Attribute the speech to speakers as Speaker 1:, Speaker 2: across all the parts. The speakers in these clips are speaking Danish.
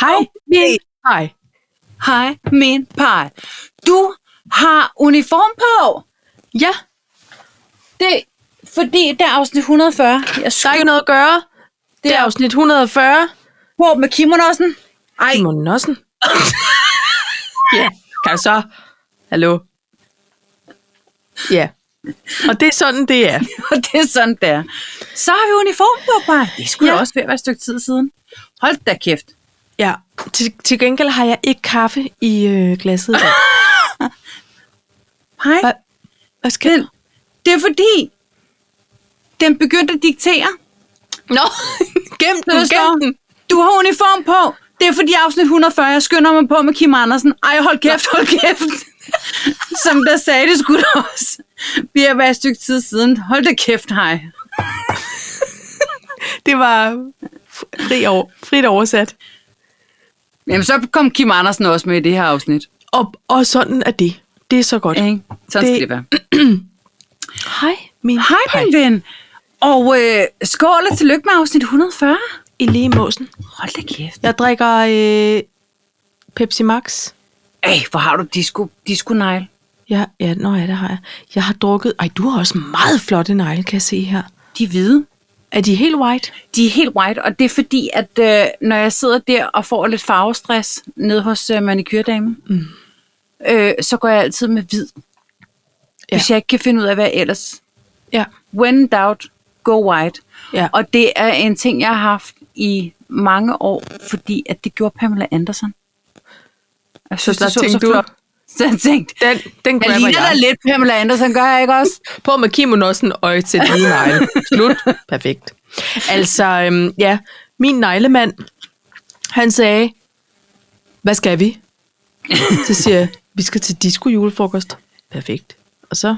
Speaker 1: Hej, min pej. Hej, min pej. Du har uniform på.
Speaker 2: Ja,
Speaker 1: Det er fordi, der er afsnit 140. Jeg
Speaker 2: der er ikke noget at gøre. Det er afsnit 140.
Speaker 1: på med kimonosen. Ej,
Speaker 2: Simon Nossen. ja, kan jeg så? Hallo? Ja. Og det er sådan, det er.
Speaker 1: og det er sådan der. Så har vi uniform på, pej. Det skulle
Speaker 2: Ja.
Speaker 1: ja. også ved at være et stykke tid siden. Hold da kæft.
Speaker 2: Ja. Til, til gengæld har jeg ikke kaffe i øh, glasset. i dag.
Speaker 1: Pej,
Speaker 2: Hvad, hvad skal den?
Speaker 1: det er fordi, den begyndte at diktere.
Speaker 2: Nå, gem
Speaker 1: Så der
Speaker 2: den,
Speaker 1: står,
Speaker 2: gem den.
Speaker 1: du har uniform på. Det er fordi afsnit 140, jeg skynder mig på med Kim Andersen. Ej, hold kæft, hold kæft. Som der sagde, det skulle der også. Vi har været et stykke tid siden. Hold da kæft, hej.
Speaker 2: Det var fri over, frit oversat.
Speaker 1: Jamen, så kom Kim Andersen også med i det her afsnit.
Speaker 2: Og, og sådan er det. Det er så godt.
Speaker 1: Ikke? Sådan
Speaker 2: Det-
Speaker 1: skal det være.
Speaker 2: Hej, min
Speaker 1: Hej, min ven. Og øh, skål og tillykke med afsnit 140.
Speaker 2: I lige måsen.
Speaker 1: Hold da kæft.
Speaker 2: Jeg drikker øh, Pepsi Max.
Speaker 1: Ej, hvor har du disco, disco -negle.
Speaker 2: Ja, ja, nå ja, det har jeg. Jeg har drukket... Ej, du har også meget flotte negle, kan jeg se her.
Speaker 1: De er hvide.
Speaker 2: Er de helt white?
Speaker 1: De er helt white, og det er fordi, at øh, når jeg sidder der og får lidt farvestress nede hos øh, manikyrdamen, mm. øh, så går jeg altid med hvid. Ja. Hvis jeg ikke kan finde ud af, hvad ellers.
Speaker 2: Ja.
Speaker 1: When in doubt, go white.
Speaker 2: Ja.
Speaker 1: Og det er en ting, jeg har haft i mange år, fordi at det gjorde Pamela Anderson. Jeg synes,
Speaker 2: der
Speaker 1: det så, så
Speaker 2: tænkte du-
Speaker 1: flot. Så jeg tænkte,
Speaker 2: Den, den
Speaker 1: jeg
Speaker 2: grabber
Speaker 1: ligner
Speaker 2: jeg.
Speaker 1: da lidt Pamela Anderson, gør jeg ikke også?
Speaker 2: På med kimonosen og til dine negle. Slut. Perfekt. Altså, øhm, ja, min neglemand, han sagde, hvad skal vi? Så siger jeg, vi skal til disco julefrokost. Perfekt. Og så,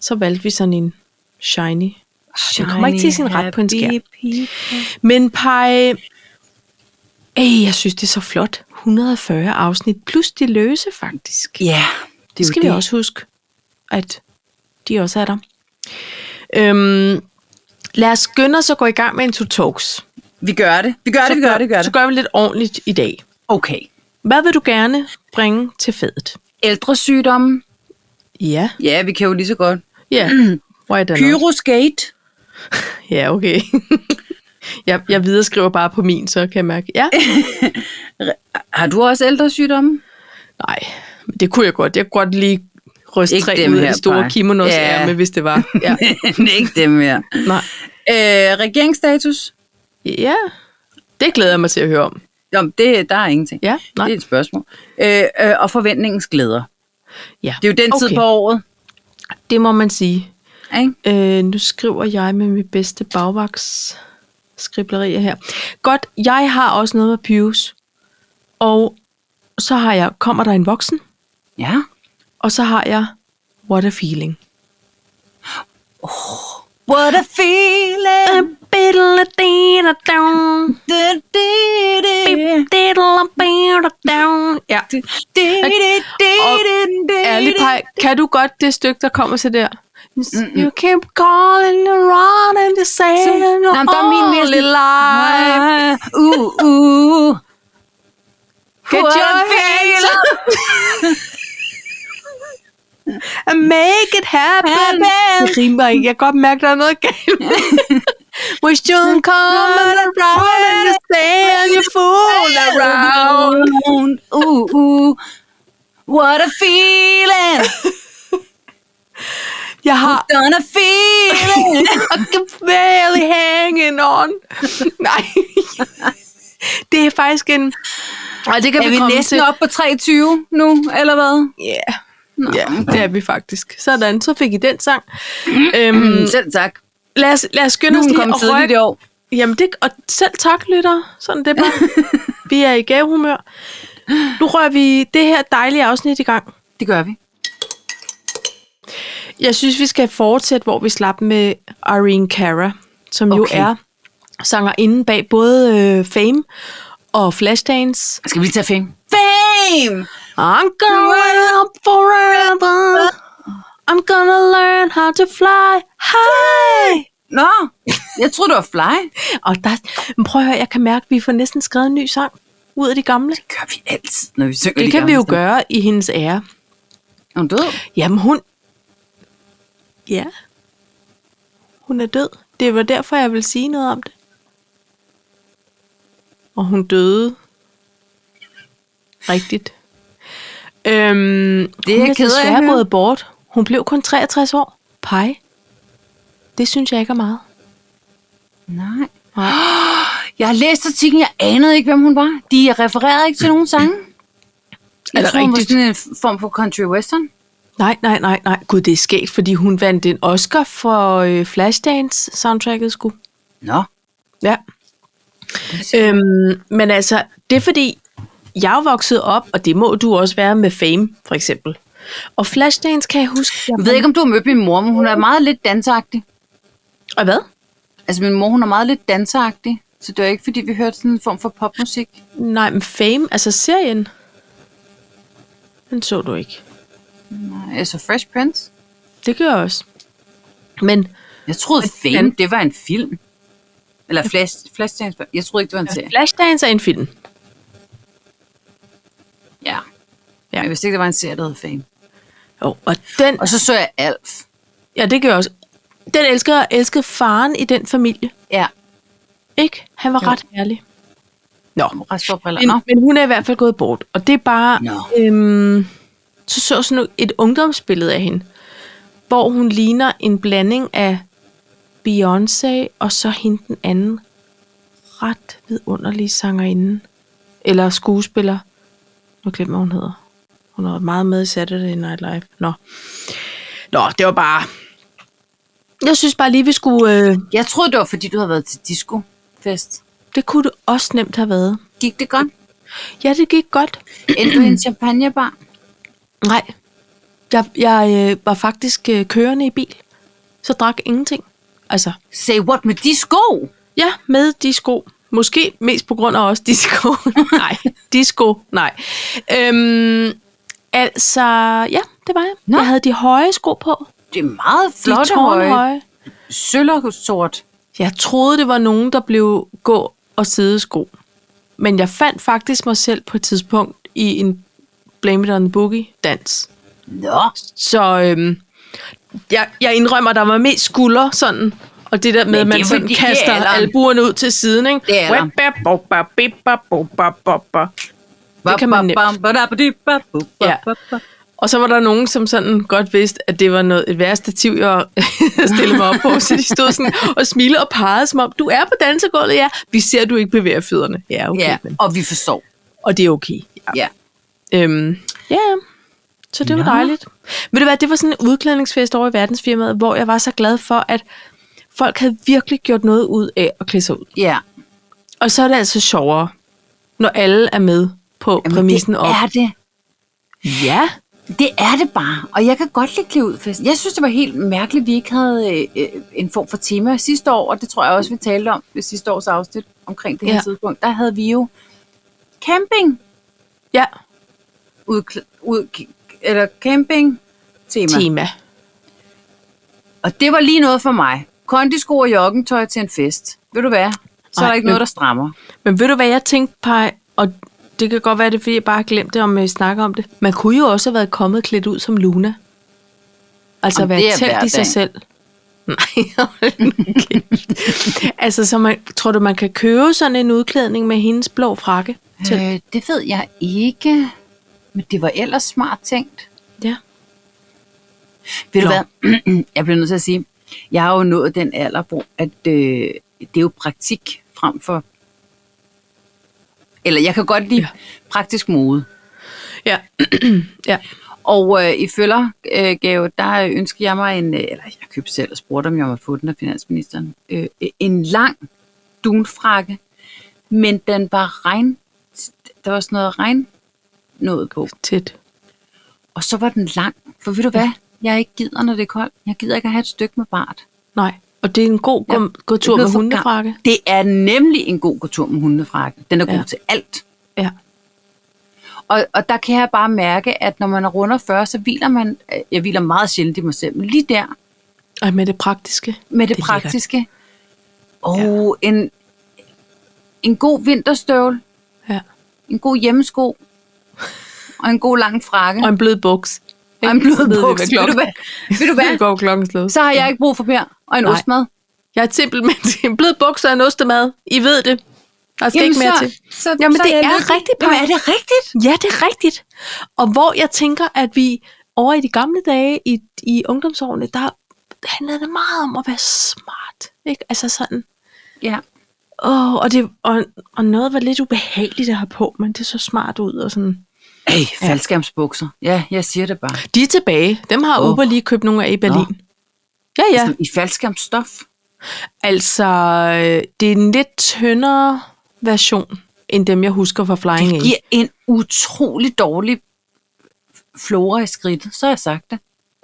Speaker 2: så valgte vi sådan en shiny. Hun kommer ikke til sin ret på en skærm. Men pege... Ej, jeg synes, det er så flot. 140 afsnit, plus de løse faktisk.
Speaker 1: Ja, det
Speaker 2: Det
Speaker 1: er
Speaker 2: skal
Speaker 1: jo
Speaker 2: vi
Speaker 1: det.
Speaker 2: også huske, at de også er der. Øhm, lad os skynde os at gå i gang med en to talks.
Speaker 1: Vi gør det, vi gør det, vi gør det, vi gør
Speaker 2: Så
Speaker 1: det.
Speaker 2: gør vi lidt ordentligt i dag.
Speaker 1: Okay.
Speaker 2: Hvad vil du gerne bringe til fadet?
Speaker 1: ældre sygdomme.
Speaker 2: Ja.
Speaker 1: Ja, vi kan jo lige så godt.
Speaker 2: Ja. Why the not?
Speaker 1: Pyroskate.
Speaker 2: Ja, okay. jeg, jeg videreskriver bare på min, så kan jeg mærke. Ja.
Speaker 1: Har du også ældre sygdomme?
Speaker 2: Nej, men det kunne jeg godt. Jeg kunne godt lige ryste
Speaker 1: Ikke
Speaker 2: tre
Speaker 1: dem
Speaker 2: ud af
Speaker 1: her,
Speaker 2: de store
Speaker 1: Paj.
Speaker 2: kimonos
Speaker 1: Ja.
Speaker 2: ja. ærme, hvis det var. Ja.
Speaker 1: ikke dem her.
Speaker 2: Nej.
Speaker 1: Øh, regeringsstatus?
Speaker 2: ja, det glæder jeg mig til at høre om.
Speaker 1: Jo, men det, der er ingenting.
Speaker 2: Ja, nej.
Speaker 1: Det er et spørgsmål. Øh, øh, og forventningens glæder.
Speaker 2: Ja.
Speaker 1: Det er jo den okay. tid på året.
Speaker 2: Det må man sige.
Speaker 1: Ikke?
Speaker 2: Øh, nu skriver jeg med mit bedste bagvaks skriblerier her. Godt, jeg har også noget med pives. Og så har jeg, kommer der en voksen,
Speaker 1: Ja.
Speaker 2: og så har jeg what a feeling.
Speaker 1: What a feeling. Da, da, da.
Speaker 2: Ja.
Speaker 1: Da, da, da,
Speaker 2: Og
Speaker 1: da, da,
Speaker 2: Ærlig
Speaker 1: da.
Speaker 2: pej, kan du godt det stykke, der kommer til der? You keep calling and running and saying
Speaker 1: Nå, men der er min mere
Speaker 2: only
Speaker 1: sådan-
Speaker 2: lie.
Speaker 1: Ah, Uh, uh.
Speaker 2: Get
Speaker 1: What a
Speaker 2: your hands
Speaker 1: feeling.
Speaker 2: up. And make it happen.
Speaker 1: Happen.
Speaker 2: Det rimer ikke. Jeg kan godt mærke, der er noget galt. med det. We should come around and you say you fool around.
Speaker 1: around. Ooh, ooh. Uh, What a feeling.
Speaker 2: Jeg har
Speaker 1: Gonna feel it.
Speaker 2: I can barely hanging on. Nej. Det er faktisk en... Og det kan
Speaker 1: Er vi næsten op på 23 nu, eller hvad?
Speaker 2: Ja, yeah. yeah, det er vi faktisk. Sådan, så fik I den sang. øhm,
Speaker 1: Mm, Selv tak.
Speaker 2: lad, os, lad os skynde os
Speaker 1: Hun
Speaker 2: lige
Speaker 1: kom
Speaker 2: at
Speaker 1: tidligt i
Speaker 2: rykke-
Speaker 1: år.
Speaker 2: Jamen det, og selv tak, lytter. Sådan det er bare. vi er i gavehumør. Nu rører vi det her dejlige afsnit i gang.
Speaker 1: Det gør vi.
Speaker 2: Jeg synes, vi skal fortsætte, hvor vi slap med Irene Cara, som okay. jo
Speaker 1: Okay.
Speaker 2: er sangerinde bag både øh, Fame og Flashdance.
Speaker 1: Skal vi tage fame? Fame!
Speaker 2: I'm gonna wait up forever. I'm gonna learn how to fly high.
Speaker 1: Nå, jeg troede, det var fly.
Speaker 2: Og der, men prøv at høre, jeg kan mærke, at vi får næsten skrevet en ny sang. ud af de gamle.
Speaker 1: Det gør vi altid, når vi synger
Speaker 2: Det
Speaker 1: de
Speaker 2: kan vi
Speaker 1: gamle
Speaker 2: jo
Speaker 1: sange.
Speaker 2: gøre i hendes ære.
Speaker 1: Er hun død?
Speaker 2: Jamen hun... Ja. Hun er død. Det var derfor, jeg vil sige noget om det. Og hun døde. Rigtigt. Øhm,
Speaker 1: jeg
Speaker 2: det hun er
Speaker 1: ked af at
Speaker 2: desværre
Speaker 1: høre.
Speaker 2: gået bort. Hun blev kun 63 år. Pej. Det synes jeg ikke er meget.
Speaker 1: Nej. Jeg har læst artiklen, jeg anede ikke, hvem hun var. De refererede ikke til nogen sange. Jeg
Speaker 2: det
Speaker 1: tror, hun var
Speaker 2: rigtigt?
Speaker 1: sådan en form for country western.
Speaker 2: Nej, nej, nej, nej. Gud, det er sket, fordi hun vandt en Oscar for øh, Flashdance-soundtracket, sgu.
Speaker 1: Nå.
Speaker 2: Ja. Øhm, men altså, det er fordi, jeg er vokset op, og det må du også være med Fame, for eksempel. Og Flashdance kan jeg huske...
Speaker 1: Jeg ved ikke, om du har mødt min mor, men hun er meget lidt danseagtig.
Speaker 2: Og hvad?
Speaker 1: Altså, min mor, hun er meget lidt danseagtig. Så det var ikke, fordi vi hørte sådan en form for popmusik.
Speaker 2: Nej, men Fame, altså serien, den så du ikke.
Speaker 1: Altså, Fresh Prince.
Speaker 2: Det gør jeg også. Men
Speaker 1: Jeg troede, Fame, det var en film. Eller Flash, Flashdance. var- Jeg troede ikke, det var en serie.
Speaker 2: Flashdance er en film.
Speaker 1: Ja.
Speaker 2: Ja.
Speaker 1: ja. Jeg vidste ikke, der var en serie, der hed Fame.
Speaker 2: Jo, og den,
Speaker 1: Og så så jeg Alf.
Speaker 2: ja, det gør jeg også. Den elsker, elskede faren i den familie,
Speaker 1: Ja.
Speaker 2: ikke? Han var
Speaker 1: Jo.
Speaker 2: ret herlig. Nå,
Speaker 1: Restforbriller. Nå.
Speaker 2: men, men hun er i hvert fald gået bort, og det er bare...
Speaker 1: Nå.
Speaker 2: Øhm, så så jeg sådan et ungdomsbillede af hende, hvor hun ligner en blanding af Beyoncé og så hende den anden ret vidunderlige sangerinde. Eller skuespiller. Nu glemmer jeg, hvad hun hedder. Hun har været meget med i Saturday Night Live. Nå. Nå, det var bare... Jeg synes bare lige, vi skulle... Øh,
Speaker 1: Jeg troede, det var, fordi du havde været til discofest.
Speaker 2: det kunne det også nemt have været.
Speaker 1: Gik det godt?
Speaker 2: Ja, det gik godt.
Speaker 1: Endte du i en champagnebar?
Speaker 2: Nej. Jeg, jeg øh, var faktisk øh, kørende i bil, så drak ingenting. Altså,
Speaker 1: Say what med de sko?
Speaker 2: ja, med de sko. Måske mest på grund af også de sko. nej, de sko, nej. Øhm, altså, ja, det var jeg.
Speaker 1: Nå.
Speaker 2: Jeg havde de høje sko på.
Speaker 1: Det er meget
Speaker 2: De
Speaker 1: flotte høje.
Speaker 2: tårnhøje.
Speaker 1: Søllersort.
Speaker 2: Jeg troede, det var nogen, der blev gå- og siddesko. Men jeg fandt faktisk mig selv på et tidspunkt i en Blame It On The Boogie-dans.
Speaker 1: Nå.
Speaker 2: Så øhm, jeg, jeg indrømmer, der var mest skulder sådan, og det der med,
Speaker 1: det
Speaker 2: at
Speaker 1: er
Speaker 2: man sådan
Speaker 1: fordi, det er
Speaker 2: kaster
Speaker 1: alderen.
Speaker 2: albuerne ud til siden, ikke?
Speaker 1: Det er alderen.
Speaker 2: Det kan man nemt. Ja. Og så var der nogen, som sådan godt vidste, at det var noget, et værre stativ, jeg stillede mig op på. Så de stod sådan og smilede og pegede, som om, du er på dansegulvet, ja. Vi ser, at du ikke bevæger fødderne. Ja, okay.
Speaker 1: Ja,
Speaker 2: Yeah. Men.
Speaker 1: og vi forstår.
Speaker 2: Og det er okay. Ja.
Speaker 1: Ja.
Speaker 2: Øhm, ja, ja. så det var
Speaker 1: Nå.
Speaker 2: dejligt. Ved du hvad, det var sådan en udklædningsfest over i verdensfirmaet, hvor jeg var så glad for, at folk havde virkelig gjort noget ud af at klæde sig ud.
Speaker 1: Ja.
Speaker 2: Og så er det altså sjovere, når alle er med på Jamen, præmissen
Speaker 1: det
Speaker 2: op.
Speaker 1: er det.
Speaker 2: Ja,
Speaker 1: Det er det bare, og jeg kan godt lide klæde ud festen. Jeg synes, det var helt mærkeligt, at vi ikke havde øh, øh, en form for tema sidste år, og det tror jeg også, vi talte om ved sidste års afsnit omkring det her
Speaker 2: Ja.
Speaker 1: ja. tidspunkt. Der havde vi jo camping,
Speaker 2: ja,
Speaker 1: ud, ud, eller camping tema.
Speaker 2: tema.
Speaker 1: Og det var lige noget for mig. Kondisko og joggentøj til en fest. Ved du hvad? Så er
Speaker 2: Ej,
Speaker 1: der ikke
Speaker 2: men-
Speaker 1: noget, der strammer.
Speaker 2: Men ved du hvad, jeg tænkte på, og det kan godt være, det er, fordi jeg bare har glemt det, om jeg snakker om det. Man kunne jo også have været kommet klædt ud som Luna. Altså
Speaker 1: Jamen,
Speaker 2: Jamen,
Speaker 1: det
Speaker 2: være
Speaker 1: er
Speaker 2: tæt i sig
Speaker 1: hverdag.
Speaker 2: selv. Nej, hold nu kæft. Altså, så man, tror du, man kan købe sådan en udklædning med hendes blå frakke? Til?
Speaker 1: Øh, det ved jeg ikke, men det var ellers smart tænkt.
Speaker 2: Ja.
Speaker 1: Ved du
Speaker 2: Nå.
Speaker 1: hvad? jeg bliver nødt til at sige, jeg har jo nået den alder, hvor at, øh, det er jo praktik frem for... Eller jeg kan godt lide
Speaker 2: Ja.
Speaker 1: ja. praktisk mode.
Speaker 2: Ja. ja.
Speaker 1: Og øh, i følgergave, der ønsker jeg mig en... øh, Eller jeg købte selv og spurgte, om jeg måtte få den af finansministeren. Øh, en lang dunfrakke, men den var regn... Der var sådan noget regn noget på.
Speaker 2: Tæt.
Speaker 1: Og så var den lang. For ved du hvad? Jeg ikke gider, når det er koldt. Jeg gider ikke at have et stykke med bart.
Speaker 2: Nej. Og det er en god gå,
Speaker 1: Ja.
Speaker 2: gå
Speaker 1: Det er
Speaker 2: tur med
Speaker 1: blevet for
Speaker 2: hundefrakke.
Speaker 1: gammelt. Det er nemlig en god tur med hundefrakke. Den er god
Speaker 2: Ja.
Speaker 1: ja. til alt.
Speaker 2: Ja.
Speaker 1: Og, og der kan jeg bare mærke, at når man er runder 40, så hviler man, øh, jeg hviler meget sjældent i mig selv, men lige der
Speaker 2: Og med det praktiske.
Speaker 1: med det,
Speaker 2: Det
Speaker 1: det
Speaker 2: er lækkert.
Speaker 1: praktiske. Og ja. en, en god vinterstøvle,
Speaker 2: Ja.
Speaker 1: en god hjemmesko, og en god lang frakke,
Speaker 2: Og en blød buks.
Speaker 1: og en
Speaker 2: Så ved
Speaker 1: blød
Speaker 2: vi,
Speaker 1: buks. Ved
Speaker 2: hvad
Speaker 1: du
Speaker 2: klokken-
Speaker 1: hvad? Ved du
Speaker 2: Det
Speaker 1: hvad?
Speaker 2: går klokken slået.
Speaker 1: Så har jeg ikke brug for mere, og en
Speaker 2: Nej.
Speaker 1: ostmad.
Speaker 2: Jeg er simpelthen en blød buks og en ostemad. I ved det. Der skal ikke mere
Speaker 1: så,
Speaker 2: til.
Speaker 1: Så,
Speaker 2: Jamen,
Speaker 1: så
Speaker 2: det
Speaker 1: jeg
Speaker 2: er
Speaker 1: lykkelig.
Speaker 2: rigtigt,
Speaker 1: Jamen,
Speaker 2: Paj.
Speaker 1: er det rigtigt?
Speaker 2: Ja, det er rigtigt. Og hvor jeg tænker, at vi over i de gamle dage, i, i ungdomsårene, der handlede det meget om at være smart. Ikke? Altså sådan,
Speaker 1: Ja.
Speaker 2: åh, og, det, og, og noget var lidt ubehageligt at have på, men det så smart ud. Og sådan.
Speaker 1: Ej, faldskærmsbukser. Ja, jeg siger det bare.
Speaker 2: De er tilbage. Dem har
Speaker 1: Åh.
Speaker 2: Uber lige købt nogle af i Berlin. Ja, ja.
Speaker 1: I faldskærmsstof.
Speaker 2: Altså, øh, det er en lidt tyndere version, end dem, jeg husker fra Flying Ape.
Speaker 1: Giver en utrolig dårlig flora i skridtet, så har jeg sagt det.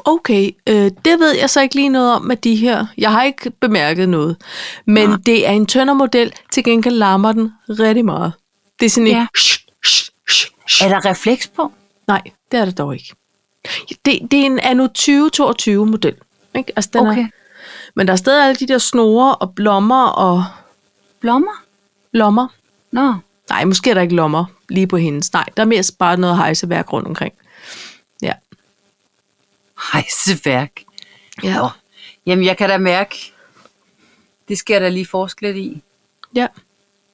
Speaker 2: Okay, øh, det ved jeg så ikke lige noget om med de her. Jeg har ikke bemærket noget. Men Nej. det er en tønder model, til gengæld larmer den rigtig meget. Det er sådan en...
Speaker 1: Ja.
Speaker 2: Ja. Sh, sh, sh, sh.
Speaker 1: Er der refleks på?
Speaker 2: Nej, det er det dog ikke. Det, det er en anno 2022 model. Ikke? Altså, den
Speaker 1: Okay.
Speaker 2: er, men der er stadig alle de der snore og blommer og
Speaker 1: Blommer?
Speaker 2: lommer.
Speaker 1: Nå.
Speaker 2: Nej, måske er der ikke lommer lige på hendes. Nej, der er mest bare noget hejseværk rundt omkring. Ja.
Speaker 1: Hejseværk. Nå. Jamen, jeg kan da mærke, det skal jeg da lige forske lidt i.
Speaker 2: ja.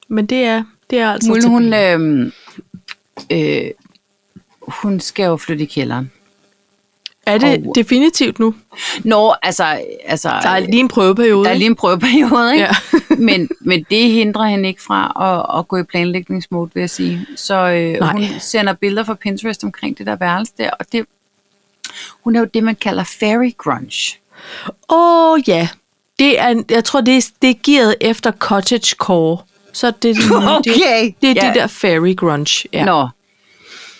Speaker 2: Men det er, det er altså...
Speaker 1: Mulle,
Speaker 2: tilbage.
Speaker 1: hun, øh, øh, hun skal jo flytte i kælderen.
Speaker 2: Er det
Speaker 1: Og-
Speaker 2: definitivt nu?
Speaker 1: Nå, altså, altså
Speaker 2: Der er lige en prøveperiode.
Speaker 1: der er lige en prøveperiode, ikke?
Speaker 2: Ja.
Speaker 1: men, men det hindrer hende ikke fra at, at gå i planlægningsmode, vil jeg sige. Så øh,
Speaker 2: Nej.
Speaker 1: hun sender billeder fra Pinterest omkring det der værelse der, og det, hun er jo det, man kalder fairy grunge.
Speaker 2: Åh oh, ja. Det er, jeg tror, det er, det er gearet efter cottagecore. Så det er det, nye.
Speaker 1: Okay.
Speaker 2: det, det, er
Speaker 1: Ja.
Speaker 2: det der fairy grunge. Ja.
Speaker 1: Ja. Nå,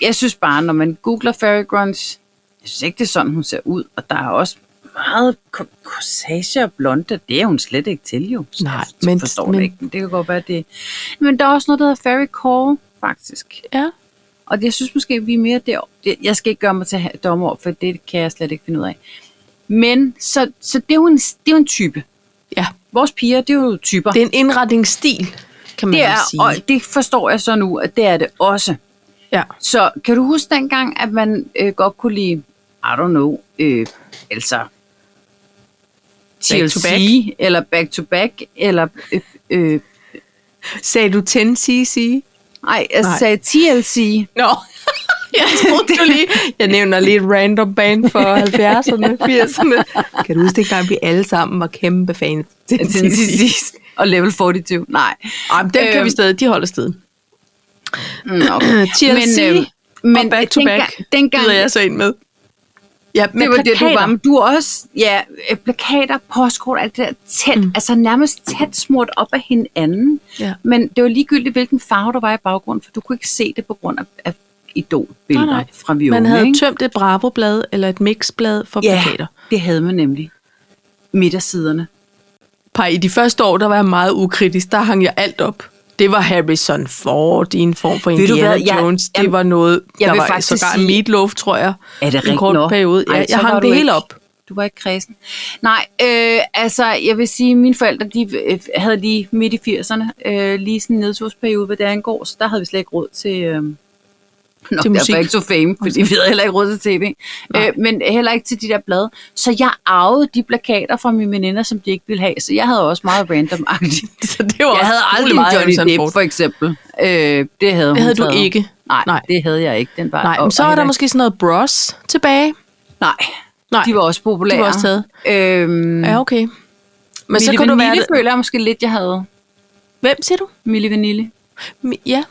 Speaker 1: jeg synes bare, når man googler fairy grunge, jeg synes ikke, det er sådan, hun ser ud, og der er også meget ko- corsage og blonde, det er hun slet ikke til jo. Så
Speaker 2: Nej,
Speaker 1: jeg
Speaker 2: men-
Speaker 1: forstår det
Speaker 2: men-
Speaker 1: ikke, men det kan godt være, det Men der er også noget, der hedder fairy core, faktisk.
Speaker 2: Ja.
Speaker 1: Og det- jeg synes måske, vi er mere der. det- Jeg skal ikke gøre mig til ha- dommer, for det kan jeg slet ikke finde ud af. Men så, så det, er jo en, det er jo en type.
Speaker 2: ja.
Speaker 1: Vores piger, det er jo typer.
Speaker 2: Det er en indretningsstil, kan man
Speaker 1: det
Speaker 2: vel
Speaker 1: er,
Speaker 2: sige.
Speaker 1: og det forstår jeg så nu, at det er det også.
Speaker 2: Ja.
Speaker 1: Så kan du huske dengang, at man øh, godt kunne lide, I don't know, øh, altså TLC,
Speaker 2: Back to back.
Speaker 1: eller Back to Back, eller... Øh, øh,
Speaker 2: Sagde du 10 cc?
Speaker 1: ej, jeg
Speaker 2: Nej.
Speaker 1: sagde TLC.
Speaker 2: Nå. Jeg troede du lige, jeg nævner lige et random band for 70'erne, 80'erne. Kan du huske, dengang vi alle sammen var kæmpe fan? Den, den,
Speaker 1: og level 42. Nej.
Speaker 2: den kan
Speaker 1: Øhm,
Speaker 2: vi stadig, de holder sted.
Speaker 1: Nå, okay.
Speaker 2: TLC
Speaker 1: men, øh, men
Speaker 2: og back to
Speaker 1: dengang,
Speaker 2: back,
Speaker 1: dengang,
Speaker 2: lyder jeg så ind med. Ja, med
Speaker 1: det var det, du
Speaker 2: plakater.
Speaker 1: var med. Du er også, ja, øh, plakater, postkort, alt det der tæt, mm. altså nærmest tæt smurt op af hinanden.
Speaker 2: Ja.
Speaker 1: Men det var ligegyldigt, hvilken farve der var i baggrunden, for du kunne ikke se det på grund af, af idolbilleder
Speaker 2: Nej, nej.
Speaker 1: fra vi
Speaker 2: Man
Speaker 1: unge,
Speaker 2: havde
Speaker 1: ikke?
Speaker 2: tømt et bravoblad eller et mixblad for
Speaker 1: ja,
Speaker 2: plakater.
Speaker 1: det havde man nemlig. Midt af siderne.
Speaker 2: Par, I de første år, der var jeg meget ukritisk. Der hang jeg alt op. Det var Harrison Ford i en form for
Speaker 1: Ved du
Speaker 2: Indiana
Speaker 1: hvad, jeg-
Speaker 2: Jones. Det
Speaker 1: jamen,
Speaker 2: var noget,
Speaker 1: jeg
Speaker 2: der
Speaker 1: vil
Speaker 2: var
Speaker 1: faktisk
Speaker 2: sågar
Speaker 1: sige-
Speaker 2: sige, meatloaf, tror jeg.
Speaker 1: Er det
Speaker 2: en
Speaker 1: rigtigt
Speaker 2: kort
Speaker 1: nok?
Speaker 2: periode.
Speaker 1: Ej, så
Speaker 2: Ja, jeg
Speaker 1: var
Speaker 2: hang
Speaker 1: du
Speaker 2: det hele
Speaker 1: ikke-
Speaker 2: op.
Speaker 1: Du var ikke kredsen. Nej, øh, altså jeg vil sige, at mine forældre de, øh, havde lige midt i 80'erne, øh, lige sådan en nedtursperiode, hvad det angår, så der havde vi slet ikke råd til... Øh, Nå, til
Speaker 2: musik.
Speaker 1: derfor ikke så fame, fordi vi havde heller ikke råd til tv. Øh, men heller ikke til de der blade. Så jeg arvede de plakater fra mine veninder, som de ikke ville have. Så jeg havde også meget random-agtigt.
Speaker 2: Så det var
Speaker 1: Jeg
Speaker 2: også
Speaker 1: havde
Speaker 2: utrolig
Speaker 1: aldrig
Speaker 2: meget Harrison
Speaker 1: Johnny Depp,
Speaker 2: Ford.
Speaker 1: for eksempel. Øh, det havde
Speaker 2: Det havde du ikke.
Speaker 1: Nej, Nej,
Speaker 2: Nej.
Speaker 1: det havde jeg ikke. Den var
Speaker 2: Nej,
Speaker 1: og-
Speaker 2: men så
Speaker 1: og Mm.
Speaker 2: var der
Speaker 1: heller
Speaker 2: måske sådan noget Bros tilbage.
Speaker 1: ikke- Nej,
Speaker 2: Nej,
Speaker 1: de var også populære.
Speaker 2: De var også taget.
Speaker 1: Øhm,
Speaker 2: ja, okay. Men
Speaker 1: men
Speaker 2: så kunne du være...
Speaker 1: føler jeg måske lidt, jeg havde.
Speaker 2: Hvem siger du?
Speaker 1: Mille Vanille.
Speaker 2: Mi- Ja,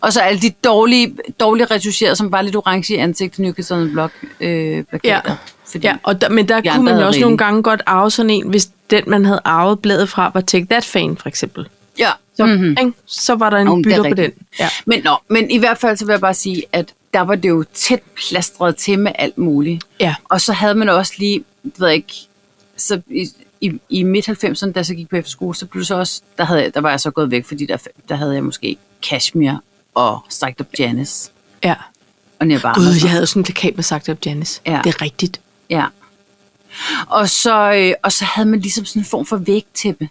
Speaker 1: Og så alle de dårlige, dårlige retuscherede, som var lidt orange i ansigtet, Nykessons blok øh, plakater.
Speaker 2: Ja.
Speaker 1: Fordi,
Speaker 2: Ja, og der, men der
Speaker 1: andre
Speaker 2: kunne man
Speaker 1: havde
Speaker 2: jo også
Speaker 1: rigeligt.
Speaker 2: nogle gange godt arve sådan en, hvis den, man havde arvet bladet fra, var Take That Fan, for eksempel.
Speaker 1: ja.
Speaker 2: Så, mm-hmm. ikke? så var der en
Speaker 1: Mm. Nå, men det er
Speaker 2: bytter på den.
Speaker 1: rigtigt.
Speaker 2: Ja.
Speaker 1: Men, nå, men i hvert fald så vil jeg bare sige, at der var det jo tæt plastret til med alt muligt.
Speaker 2: ja.
Speaker 1: Og så havde man også lige, det ved jeg ikke, så i, i, i midt-90'erne, da jeg så gik på efterskole, så blev det så også, der, havde, jeg- der var jeg så gået væk, fordi der, der havde jeg måske Cashmere og Stacked Up Janice
Speaker 2: ja.
Speaker 1: og Nirvana.
Speaker 2: Gud, jeg havde sådan en plakat med sagt op, Janice.
Speaker 1: Ah, Ja.
Speaker 2: Ja. Det er rigtigt.
Speaker 1: Ja. Og så, øh, og så havde man ligesom sådan en form for vægtæppe.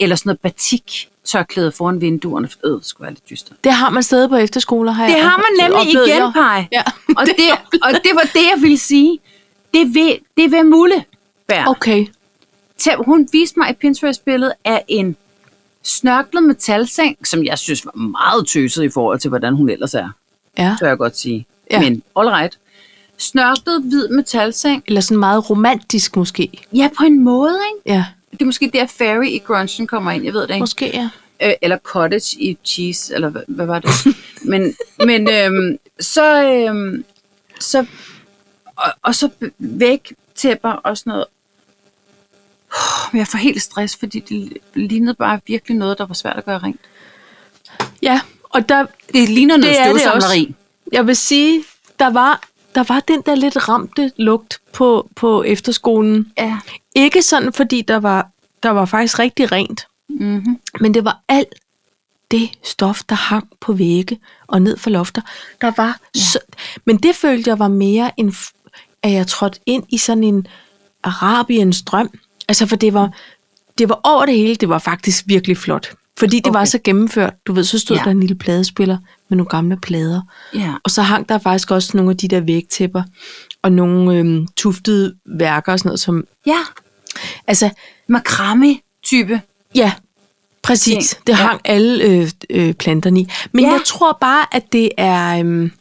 Speaker 1: eller sådan noget batik tørklæde foran vinduerne. Øh, det skulle være lidt dyster.
Speaker 2: Det har man stadig på efterskoler, har
Speaker 1: Det
Speaker 2: jeg
Speaker 1: har man
Speaker 2: oplevet-
Speaker 1: nemlig
Speaker 2: oplevet,
Speaker 1: igen,
Speaker 2: jo.
Speaker 1: Paj.
Speaker 2: Ja.
Speaker 1: Og det, og det var det, jeg ville sige. Det vil, det vil Mulle bære.
Speaker 2: Okay.
Speaker 1: Tem, hun viste mig et Pinterest-billede af en snørklet metalseng, som jeg synes var meget tøset i forhold til, hvordan hun ellers er,
Speaker 2: Ja.
Speaker 1: tør jeg godt sige.
Speaker 2: Ja.
Speaker 1: Ja. Men all right. Snørklet hvid metalseng.
Speaker 2: Eller sådan meget romantisk måske.
Speaker 1: Ja, på en måde, ikke?
Speaker 2: Ja.
Speaker 1: Det er måske der Fairy i grungen kommer ind, jeg ved det ikke.
Speaker 2: Måske, ja.
Speaker 1: Øh, eller cottage i cheese, eller hvad, hvad var det? men men øhm, så, øhm, så, og, og så væk tæpper og sådan noget. Oh, men jeg får helt stress, fordi det lignede bare virkelig noget, der var svært at gøre rent.
Speaker 2: Ja, og der,
Speaker 1: Det ligner noget
Speaker 2: Det er det
Speaker 1: støvsamleri.
Speaker 2: jeg vil sige, der var, der var den der lidt ramte lugt på, på efterskolen.
Speaker 1: Ja.
Speaker 2: Ikke sådan, fordi der var, der var faktisk rigtig rent,
Speaker 1: Mm-hmm.
Speaker 2: men det var alt det stof, der hang på vægge og ned for lofter. Der var ja. så, men det følte jeg var mere en, f- at jeg trådte ind i sådan en Arabiens drøm. Altså, for det var, det var over det hele, det var faktisk virkelig flot. Fordi det okay. var
Speaker 1: Okay.
Speaker 2: så gennemført. Du ved, så stod ja.
Speaker 1: Ja.
Speaker 2: der en lille pladespiller med nogle gamle plader.
Speaker 1: ja.
Speaker 2: Og så hang der faktisk også nogle af de der vægtæpper og nogle øhm, tuftede værker og sådan noget, som...
Speaker 1: Ja,
Speaker 2: Altså,
Speaker 1: makrame-type.
Speaker 2: ja, præcis.
Speaker 1: Ting.
Speaker 2: Det
Speaker 1: Ja.
Speaker 2: hang alle øh, øh, planterne i. Men ja.
Speaker 1: Ja.
Speaker 2: jeg tror bare, at det er... Øhm,